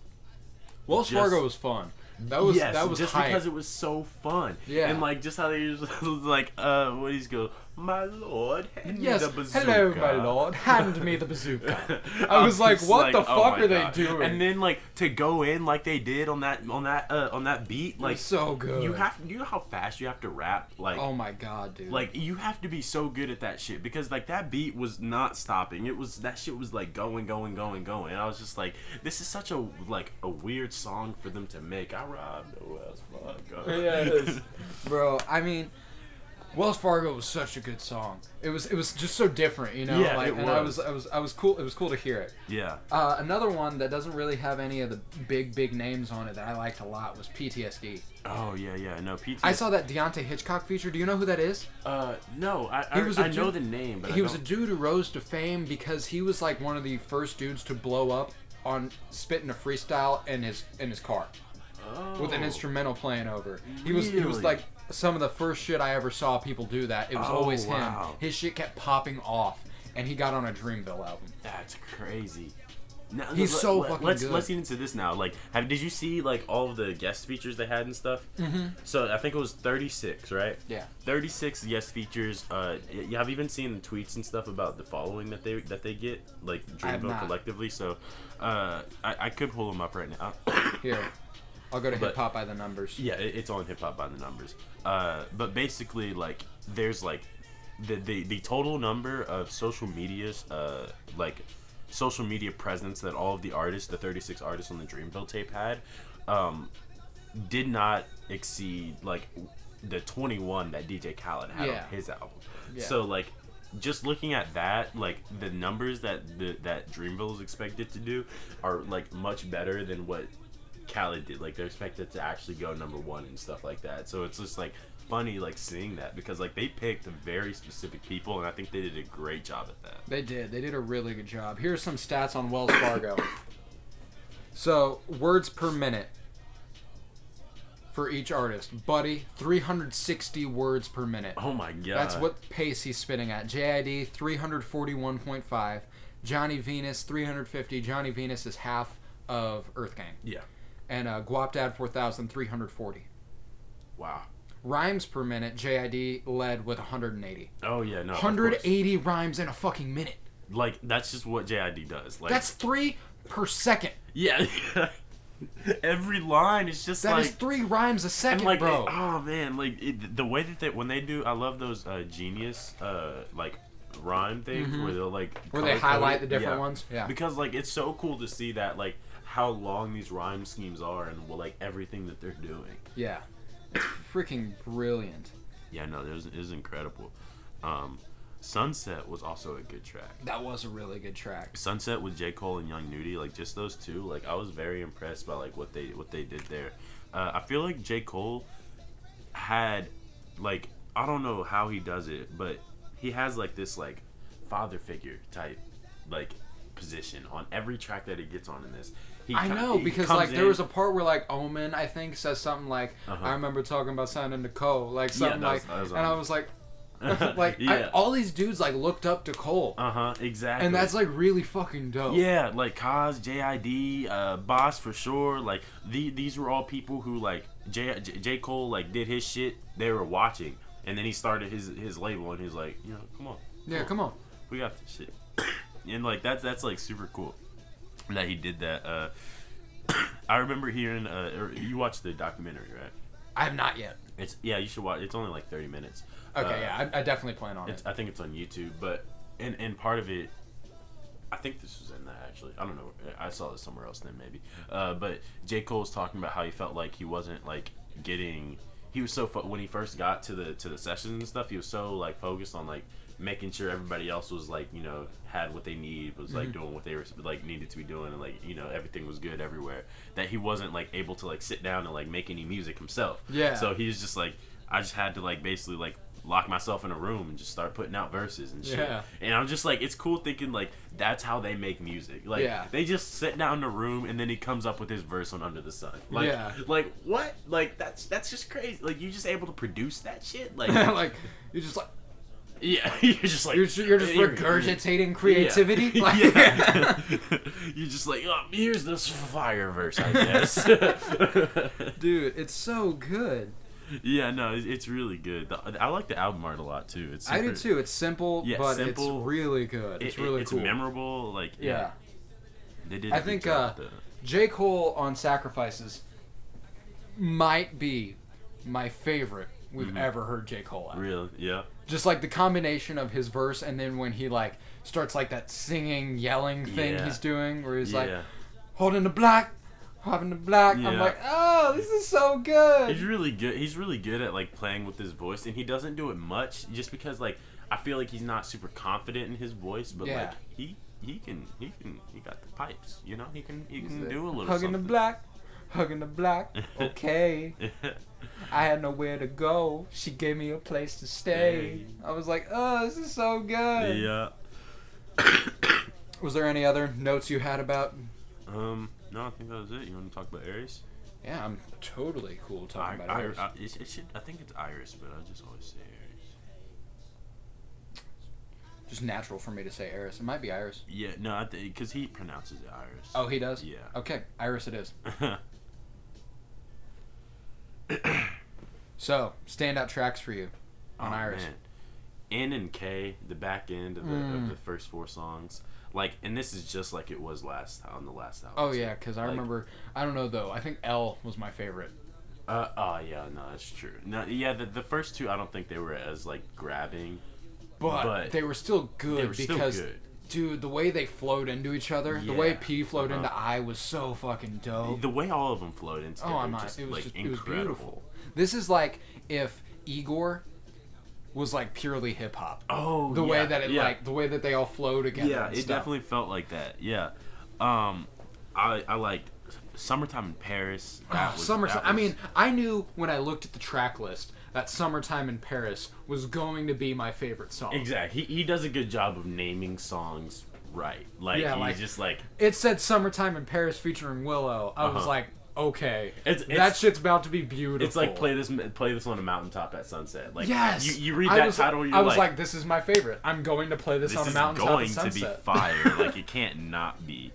Wells Just- Fargo was fun. That was yes, that was just hype. because it was so fun. Yeah. And like just how they just like uh what he's go, my lord, hand me yes, the bazooka. hello, my lord. Hand me the bazooka. I was like, just what the oh fuck my are they God. doing? And then like to go in like they did on that on that uh, on that beat, like so good. You have you know how fast you have to rap, like oh my god, dude. like you have to be so good at that shit because like that beat was not stopping. It was that shit was like going, going, going, going. And I was just like, this is such a like a weird song for them to make. I robbed the Wells Fargo. yeah, it is. bro. I mean, Wells Fargo was such a good song. It was it was just so different, you know. Yeah, like, it and I was. was I was I was cool. It was cool to hear it. yeah. Uh, another one that doesn't really have any of the big big names on it that I liked a lot was PTSD. Oh yeah, yeah. No, PT. I saw that Deontay Hitchcock feature. Do you know who that is? Uh, no, I I, He was a I know the dude- name, but he I was a don't- dude who rose to fame because he was like one of the first dudes to blow up on spitting a freestyle in his in his car oh. with an instrumental playing over. He was he was Really? like some of the first shit I ever saw people do that. It was Oh, always him. wow. His shit kept popping off, and he got on a Dreamville album. That's crazy. Now, He's let- so let- fucking let's, good. Let's get into this now. Like, have, did you see like all of the guest features they had and stuff? Mm-hmm. So I think it was 36, right? Yeah. 36 guest features. Uh, y- you have even seen the tweets and stuff about the following that they that they get, like I have Dreamville not. collectively. So, uh, I, I could pull them up right now. Here, I'll go to But- hip hop by the numbers. Yeah, it, it's on hip hop by the numbers. Uh, but basically, like, there's like the, the the total number of social medias, uh, like social media presence that all of the artists, the 36 artists on the Dreamville tape had, um, did not exceed like the 21 that DJ Khaled had Yeah. on his album. Yeah. So like. Just looking at that, like the numbers that the, that Dreamville is expected to do, are like much better than what Khaled did. Like they're expected to actually go number one and stuff like that. So it's just like funny like seeing that because like they picked very specific people and I think they did a great job at that. They did. They did a really good job. Here are some stats on Wells Fargo. So words per minute for each artist. Buddy, 360 words per minute. Oh my god. That's what pace he's spinning at. JID 341.5. Johnny Venus 350. Johnny Venus is half of Earth Gang. Yeah. And uh, Guapdad 4,340. Wow. Rhymes per minute, JID led with 180. Oh yeah, no. of course. 180 rhymes in a fucking minute. Like that's just what JID does. Like That's three per second. yeah. Every line is just That is like three rhymes a and second, like bro. it- oh man, like it, the way that they when they do I love those uh genius uh like rhyme things where they'll like Where they color-code highlight it. the different Yeah. ones. Yeah. because like it's so cool to see that like how long these rhyme schemes are and well, like everything that they're doing Yeah. It's freaking brilliant. yeah no it was, it was incredible um sunset was also a good track That was a really good track. sunset with j cole and young nudie like just those two like i was very impressed by like what they what they did there uh, i feel like j cole had like i don't know how he does it but he has like this like father figure type like position on every track that he gets on in this he I ki- know he because comes like there in- was a part where like Omen I think says something like Uh-huh. I remember talking about signing to Cole like something that like was- that was and I Omen. was like like I, yeah. all these dudes like looked up to Cole Uh huh. Exactly. and that's like really fucking dope. yeah, like Cos, JID, uh, Boss for sure. Like the, these were all people who like J, J J Cole like did his shit. They were watching, and then he started his his label, and he's like, you know, come on, Yeah, come on. we got this shit. and like that's that's like super cool that he did that. Uh, I remember hearing uh, or you watched the documentary, right? I have not yet. It's yeah, you should watch. It's only like thirty minutes. Okay, Uh, yeah, I, I definitely plan on it. it's, I think it's on YouTube, but and and part of it, I think this was in that actually. I don't know. I saw this somewhere else then maybe. Uh, but J Cole was talking about how he felt like he wasn't like getting. He was so fo- when he first got to the to the sessions and stuff. He was so like focused on like making sure everybody else was like you know had what they need was like Mm-hmm. doing what they were like needed to be doing and like you know everything was good everywhere that he wasn't like able to like sit down and like make any music himself Yeah. so he was just like i just had to like basically like lock myself in a room and just start putting out verses and shit Yeah. and i'm just like it's cool thinking like that's how they make music like Yeah. they just sit down in a room and then he comes up with his verse on under the sun like Yeah. like what like that's that's just crazy like you just able to produce that shit like like you're just like yeah you're just like you're just, you're just here- regurgitating creativity. yeah. Like, Yeah. You're just like, oh, here's this fire verse, I guess. dude, it's so good. yeah, no, it's, it's really good. The- I like the album art a lot too. It's I do super- too. It's simple, Yeah, but simple. it's really good. It's it- it- really it's cool. memorable. Like yeah. they did. I a good think, job uh, with that. J. Cole on Sacrifices might be my favorite we've ever heard J. Cole at. Mm-hmm. really, yeah, Just like the combination of his verse and then when he like starts like that singing, yelling thing Yeah. he's doing where he's yeah. like holding the block, holding the block. I'm Yeah. like, oh, this is so good. He's really good. He's really good at like playing with his voice, and he doesn't do it much, just because like I feel like he's not super confident in his voice, but Yeah. like he he can he can he got the pipes, you know. He can he He's can like, do a little hugging the something. block, hugging the block. Okay. I had nowhere to go. She gave me a place to stay. I was like, oh, this is so good. yeah. Was there any other notes you had about? Um. No, I think that was it. You want to talk about Aries? Yeah, I'm totally cool I, talking I, about it. I, it, it should, I think it's Iris, but I just always say Aries. Just natural for me to say Iris. It might be Iris. Yeah, no, I think because he pronounces it Iris. Oh, he does. Yeah. Okay, Iris it is. So standout tracks for you on Oh, Iris. man. N and K, the back end of the, Mm. of the first four songs. Like, and this is just like it was last on the last album. Oh so, yeah, because I like- remember. I don't know though. I think L was my favorite. Uh, oh yeah, no, that's true. No, yeah, the, the first two, I don't think they were as like grabbing. but, But they were still good were still because good. dude the way they flowed into each other the way Yeah. p flowed into Uh-huh. i was so fucking dope The way all of them flowed in together, oh i'm not just, it was like just incredible. it was beautiful this is like if igor was like purely hip-hop Oh, the yeah, way that it yeah. like the way that they all flow together yeah, and it stuff. definitely felt like that. Yeah, um, I I liked summertime in Paris. That Oh, was- summertime. that I was- mean, I knew when I looked at the track list that "Summertime in Paris" was going to be my favorite song. exactly. He, he does a good job of naming songs right. Like Yeah, he's like- just like It said "Summertime in Paris" featuring Willow. I was Uh-huh. like, okay, It's- that it's- shit's about to be beautiful. it's like play this play this on a mountaintop at sunset. Like Yes. you, you read I that was, title, you're I was like, this is my favorite. I'm going to play this, this on a is mountain going at to be sunset. fire. like it can't not be.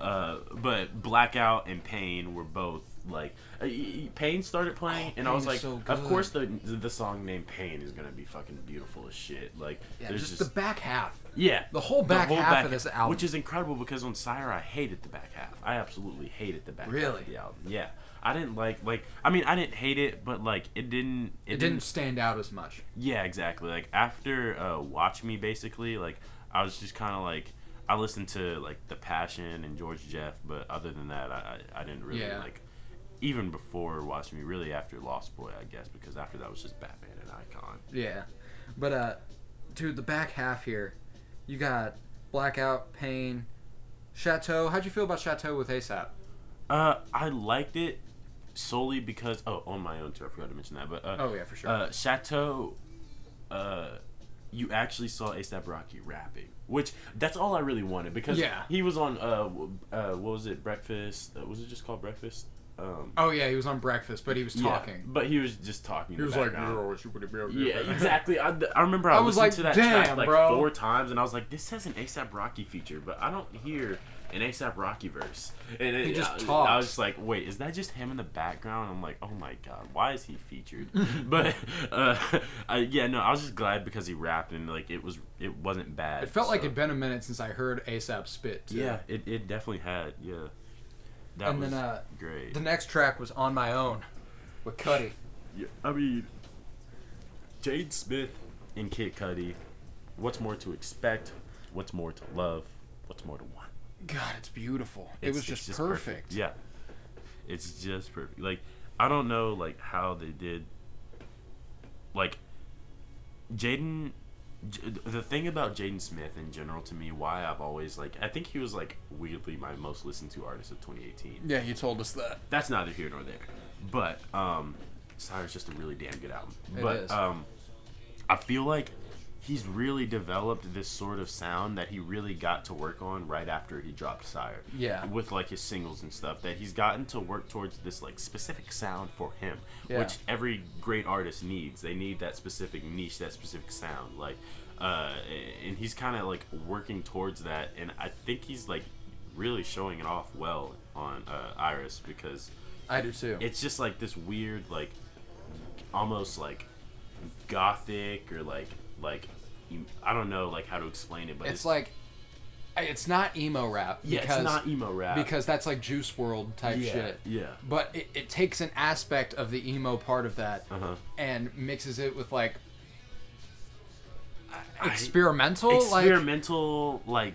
Uh, but blackout and pain were both like uh, y- y- pain started playing, and I Oh, Pain was is like, so of good. course the the song named pain is gonna be fucking beautiful as shit. Like yeah, there's just, the back half. yeah, the whole back half of this album. which is incredible because on Sire I hated the back half. I absolutely hated the back half Really? of the album. Yeah, I didn't like like I mean I didn't hate it, but like it didn't It didn't stand out as much. yeah, exactly. Like after uh, Watch Me, basically, like I was just kind of like I listened to like The Passion and George Jeff, but other than that, I I I didn't really Yeah. like even before Watch Me. Really, after Lost Boy, I guess, because after that was just Batman and Icon. Yeah, but uh, dude, the back half here, you got blackout, pain, chateau. How'd you feel about chateau with ASAP? Uh, I liked it solely because oh, on my own too. I forgot to mention that, but uh, Oh, yeah, for sure. Uh, Chateau, uh, you actually saw ASAP Rocky rapping, which that's all I really wanted because Yeah. he was on uh, w- uh what was it Breakfast? Uh, was it just called Breakfast? Um, Oh yeah, he was on breakfast, but he was yeah, talking. but he was just talking. in the background. she would be able Yeah, exactly. I, I remember I, I was listened like, to that "Damn, track like bro." four times, and I was like, "This has an ASAP Rocky feature," but I don't hear an ASAP Rocky verse. And it, He just I, I talks. was just like, "Wait, is that just him in the background?" I'm like, "Oh my god, why is he featured?" but uh, I, yeah, no, I was just glad because he rapped and like it was it wasn't bad. It felt like so- it'd been a minute since I heard ASAP spit. Too. yeah, it, it definitely had yeah. That And was then, uh, great. The next track was on my own, with Cuddy. Yeah, I mean, Jade Smith and Kid Cudi. What's more to expect? What's more to love? What's more to want? God, it's beautiful. it It's- was it's just, perfect. Yeah, it's just perfect. Like I don't know like how they did. Like Jaden, J- the thing about Jaden Smith in general to me, why I've always like, I think he was like weirdly my most listened to artist of 2018 Yeah, you told us that. that's neither here nor there. But um, Sire's just a really damn good album. It but is. um, I feel like he's really developed this sort of sound that he really got to work on right after he dropped Sire. Yeah. With like his singles and stuff that he's gotten to work towards this like specific sound for him, Yeah. which every great artist needs. They need that specific niche, that specific sound. Like, uh, and he's kind of like working towards that, and I think he's like really showing it off well on uh, Iris because I do too. it's just like this weird like almost like gothic or like like em- I don't know like how to explain it, but it's like it's not emo rap yeah, because it's not emo rap because that's like Juice World type yeah, shit. yeah. But it, it takes an aspect of the emo part of that Uh-huh. and mixes it with like experimental, experimental like like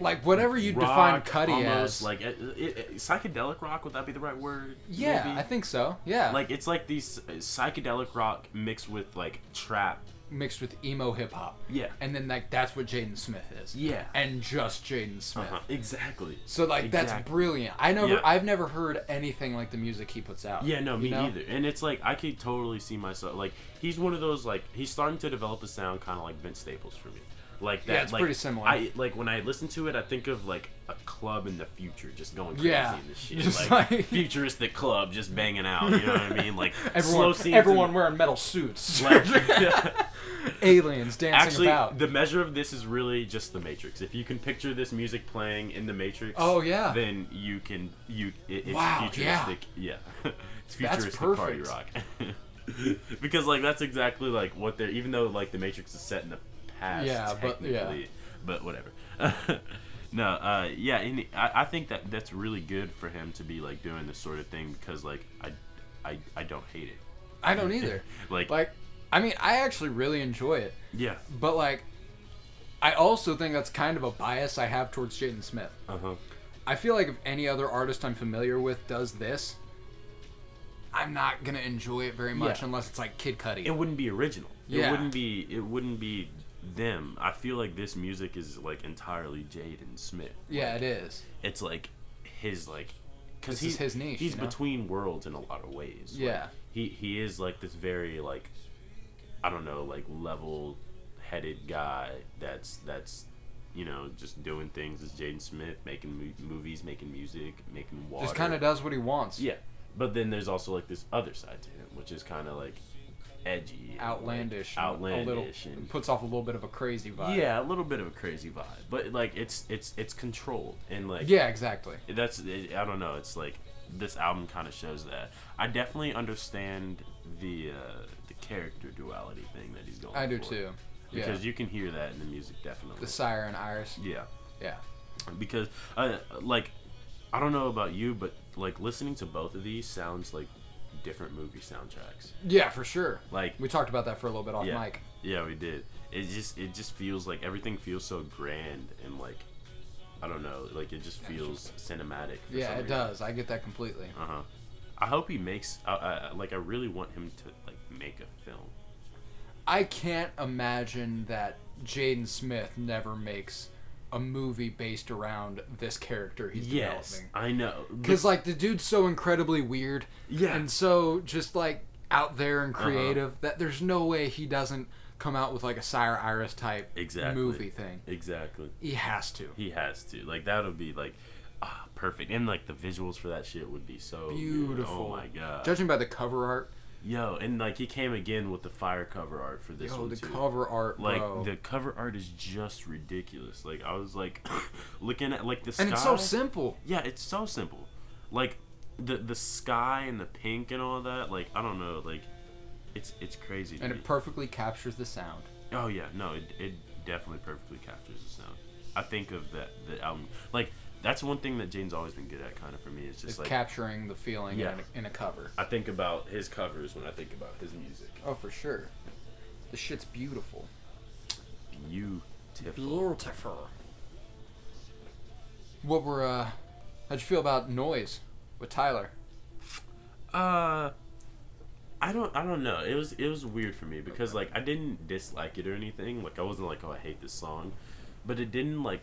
like whatever you define rock, Cuddy almost as. like it, it, it- psychedelic rock. Would that be the right word? yeah, maybe? I think so. Yeah, like it's like these uh, psychedelic rock mixed with like trap. mixed with emo hip hop. Yeah. and then like that's what Jaden Smith is. Yeah. and just Jaden Smith. Uh-huh. Exactly. So like that's Exactly. brilliant. I never, Yeah. I've never heard anything like the music he puts out. Yeah, no, you me know? neither. And it's like I could totally see myself like he's one of those like he's starting to develop a sound kind of like Vince Staples for me. Like that, Yeah, it's like, pretty similar. I like when I listen to it, I think of like a club in the future just going crazy Yeah, in this shit, just like, like- futuristic club just banging out. You know what I mean? Like slow Everyone, scenes. everyone and- wearing metal suits, like, aliens dancing Actually, about. the measure of this is really just the Matrix. If you can picture this music playing in the Matrix, Oh, yeah. then you can you it, it's Wow, yeah. futuristic. Yeah, it's That's futuristic party perfect. rock. because like that's exactly like what they're even though like the Matrix is set in the past. Yeah, but- yeah. technically, But whatever. no, uh, yeah, and I, I think that that's really good for him to be like doing this sort of thing because like I, I, I don't hate it. I don't either. Like, Like, I mean, I actually really enjoy it, yeah, but like, I also think that's kind of a bias I have towards Jaden Smith. uh huh, I feel like if any other artist I'm familiar with does this, I'm not gonna enjoy it very much Yeah. unless it's like Kid Cudi. it wouldn't be original. It Yeah. wouldn't be. It wouldn't be them. I feel like this music is like entirely Jaden Smith. yeah, it is. It's like his like because This he's is his niche, He's you know? between worlds in a lot of ways. Like, Yeah. he he is like this very like I don't know like level headed guy that's that's you know just doing things as Jaden Smith making mo- movies making music making water Just kind of does what he wants. yeah but then there's also like this other side to him which is kind of like edgy and, like, Outlandish. and outlandish A little and puts off a little bit of a crazy vibe. yeah a little bit of a crazy vibe but like it's it's it's controlled and like Yeah, exactly. that's it, I don't know. It's like this album kind of shows that. I definitely understand the uh, the character duality thing that he's going. I do for. too. Yeah. Because you can hear that in the music, definitely. the sire and Iris. yeah, Yeah. because uh, like I don't know about you, but like listening to both of these sounds like different movie soundtracks. Yeah, for sure. Like We talked about that for a little bit off yeah, mic. yeah, we did. It just it just feels like everything feels so grand and like I don't know, like it just feels cinematic. For Yeah, some it reason. does. I get that completely. Uh huh. I hope he makes. Uh, uh, like, I really want him to like make a film. I can't imagine that Jaden Smith never makes a movie based around this character he's developing. I know. Because like the dude's so incredibly weird, Yeah. Uh-huh. and so just like out there and creative that there's no way he doesn't come out with like a Sire Iris type Exactly. movie thing. Exactly. He has to. He has to. Like, that'll be like. Ah, perfect. And like the visuals for that shit would be so good. Oh Beautiful. my god. Judging by the cover art, Yo, and like he came again with the fire cover art for this yo, one the too. cover art, like bro. the cover art is just ridiculous. Like I was like looking at like the sky. and it's so simple. Yeah, it's so simple. Like the the sky and the pink and all that. Like I don't know. Like it's it's crazy. To And me. it perfectly captures the sound. oh yeah, no, it, it definitely perfectly captures the sound. I think of that the album. Like that's one thing that Jane's always been good at, kind of for me. It's just It's like capturing the feeling Yeah. in, a, in a cover. I think about his covers when I think about his music. Oh, for sure. The shit's beautiful. Beautiful. Beautiful. What were uh? How'd you feel about noise with Tyler? Uh, I don't, I don't know. It was, it was weird for me because like I didn't dislike it or anything. Like I wasn't like, oh, I hate this song, but it didn't like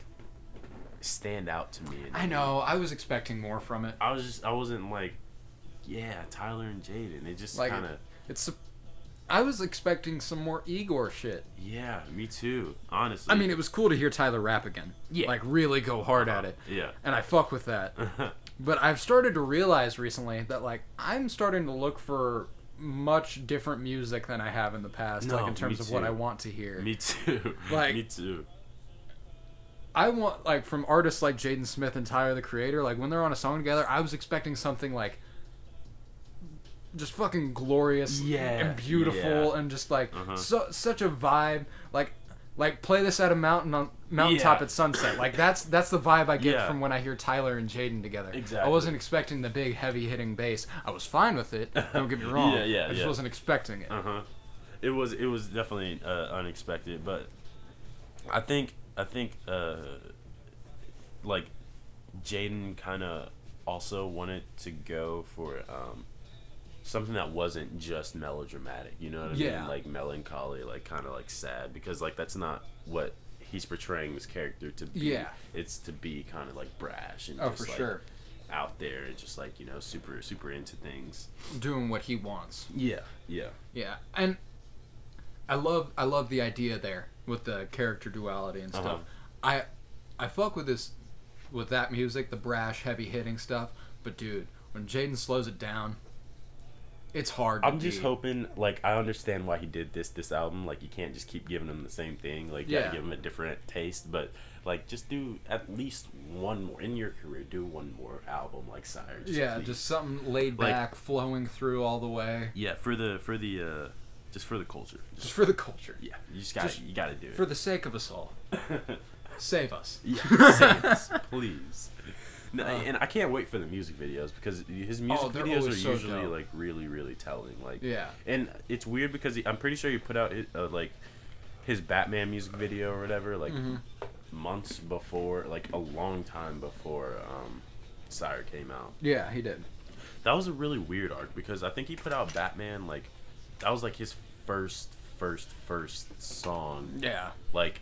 stand out to me. I know. I was expecting more from it. I was just, I wasn't like, yeah, Tyler and Jaden. It just Like kind of, It's. I was expecting some more Igor shit. yeah, me too. Honestly, I mean, it was cool to hear Tyler rap again. Yeah. Like really go hard at it, yeah, and I fuck with that. but I've started to realize recently that like I'm starting to look for much different music than I have in the past, No, like in terms me of what too. I want to hear. me too. Like- me too. I want like from artists like Jaden Smith and Tyler the Creator, like when they're on a song together, I was expecting something like just fucking glorious Yeah, and beautiful yeah. and just like Uh-huh. so such a vibe like like play this at a mountain on mountaintop Yeah. at sunset. Like that's that's the vibe I get Yeah. from when I hear Tyler and Jaden together. I Exactly. wasn't expecting the big heavy hitting bass. I was fine with it. Don't get me wrong. Yeah, yeah, I just yeah. wasn't expecting it. Uh huh. It was it was definitely uh, unexpected, but I think I think uh, like Jaden kind of also wanted to go for um, something that wasn't just melodramatic. You know what I Yeah. mean? Like melancholy, like kind of like sad, because like that's not what he's portraying this character to be. Yeah. It's to be kind of like brash and Oh, just for like sure. out there and just like you know super super into things. Doing what he wants. Yeah. Yeah. Yeah, and I love I love the idea there with the character duality and stuff. Uh-huh. I I fuck with this with that music, the brash, heavy hitting stuff. But dude, when Jaden slows it down, it's hard. to I'm just beat. hoping, like, I understand why he did this this album. Like, you can't just keep giving him the same thing. Like, you Yeah. gotta give him a different taste. But like, just do at least one more in your career. Do one more album, like Sire. Just Yeah, please. just something laid Like- back, flowing through all the way, yeah for the for the uh, just for the culture. Just, just for the culture, yeah, you just gotta just you gotta do it. for the sake of us all. Save us. yeah, save us, please. No, and I can't wait for the music videos because his music Uh. Oh, they're videos are always so usually dope. like really really telling. Like Yeah. and it's weird because he, I'm pretty sure he put out his, uh, like his Batman music video or whatever like Mm-hmm. months before, like a long time before um, Sire came out. Yeah, he did. That was a really weird arc because I think he put out Batman like that was like his first first first song Yeah. like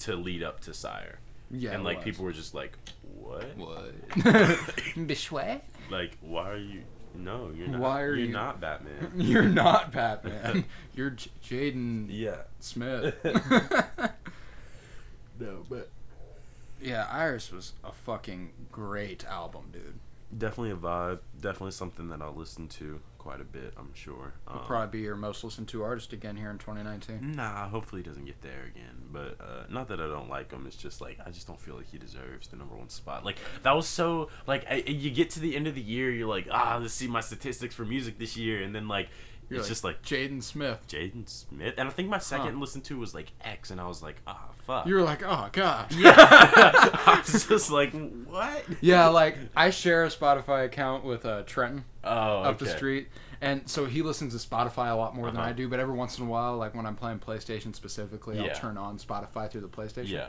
to lead up to Sire. Yeah. and it like was. people were just like, "What? What? Like, why are you? No, you're not. Why are you're you- not Batman." You're not Batman. You're J- Jaden yeah. Smith. No, but yeah, Iris was a fucking great album, dude. definitely a vibe. Definitely something that I'll listen to quite a bit. I'm sure. Um, Will probably be your most listened to artist again here in 2019. Nah, hopefully he doesn't get there again. But uh, not that I don't like him. It's just like I just don't feel like he deserves the number one spot. Like that was so like I, you get to the end of the year, you're like, ah, let's see my statistics for music this year, and then like You're it's just like Jaden Smith. Jaden Smith, and I think my second listen to was like X, and I was like, ah, fuck. You were like, oh god. I was just like, what? yeah, like I share a Spotify account with uh, Trenton Oh, up the street, and so he listens to Spotify a lot more than Uh-huh. I do. But every once in a while, like when I'm playing PlayStation specifically, Yeah. I'll turn on Spotify through the PlayStation. Yeah.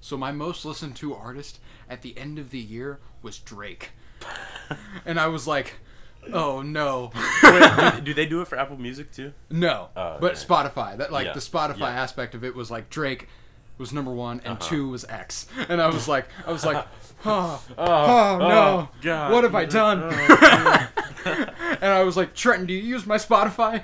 So my most listened to artist at the end of the year was Drake, and I was like, oh no, Wait, do, do they do it for Apple Music too? no. Oh, but okay. Spotify, that like Yeah, the Spotify yeah. Uh-huh. aspect of it was like Drake was number one and two was X, and I was like, I was like, oh, oh, no, God. Oh, what have I done? and I was like, Trenton, do you use my Spotify?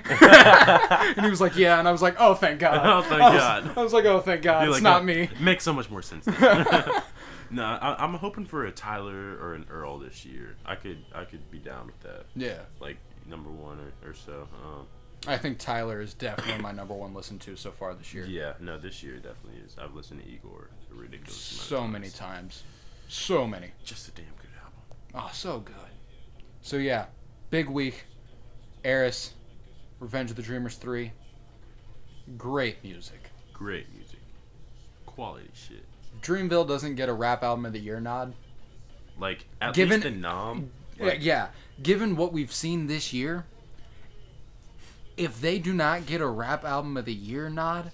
and he was like, yeah. And I was like, oh, thank God. Oh, thank I was- God. I was like, oh, thank God. You're it's like, not "Oh, me. Makes so much more sense. now." no, I, I'm hoping for a Tyler or an Earl this year. I could, I could be down with that. Yeah. Like number one or, or so. Um, I think Tyler is definitely my number one listened to so far this year. yeah. No, this year definitely is. I've listened to Igor a ridiculous So amount of many times. times. So many. Just a damn good album. Oh, so good. So yeah, big week. Eris, Revenge of the Dreamers three. Great music. Great music. Quality shit. Dreamville doesn't get a rap album of the year nod. Like at Given- e- least the nom. Yeah, yeah. Given what we've seen this year, if they do not get a rap album of the year nod,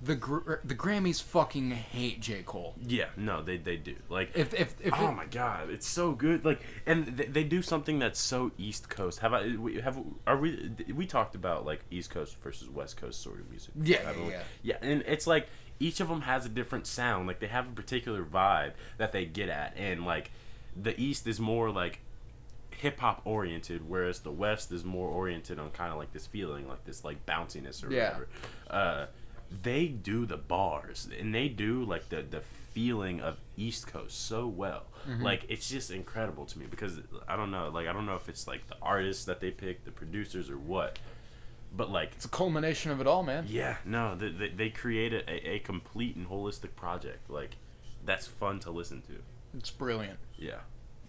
the gr- the Grammys fucking hate J Cole. Yeah, no, they they do. Like If if if oh my god, it's so good. Like and they, they do something that's so East Coast. Have I we- have are we we talked about like East Coast versus West Coast sort of music. Yeah, haven't we? yeah, yeah. and it's like each of them has a different sound. Like they have a particular vibe that they get at and like the East is more like hip hop oriented, whereas the West is more oriented on kind of like this feeling, like this like bounciness or Yeah. whatever. Uh, they do the bars and they do like the the feeling of East Coast so well. Like it's just incredible to me because I don't know, like I don't know if it's like the artists that they pick, the producers, or what, but like. it's a culmination of it all, man. Yeah, no, they, they, they created a, a complete and holistic project. Like, that's fun to listen to. It's brilliant. Yeah.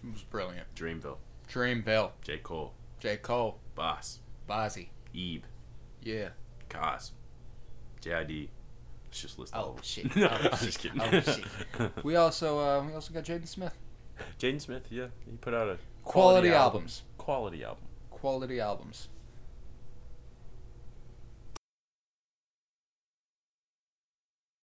It was brilliant. Dreamville, Dreamville, J. Cole, J Cole, Boss, Bozzy. Ebe, Yeah. Cos, JID. Let's just list all Oh of them. shit. No, Oh, I'm shit. just kidding. Oh shit. We also uh, we also got Jaden Smith. Jaden Smith, yeah, he put out a Quality, album. albums. Quality album. Quality albums.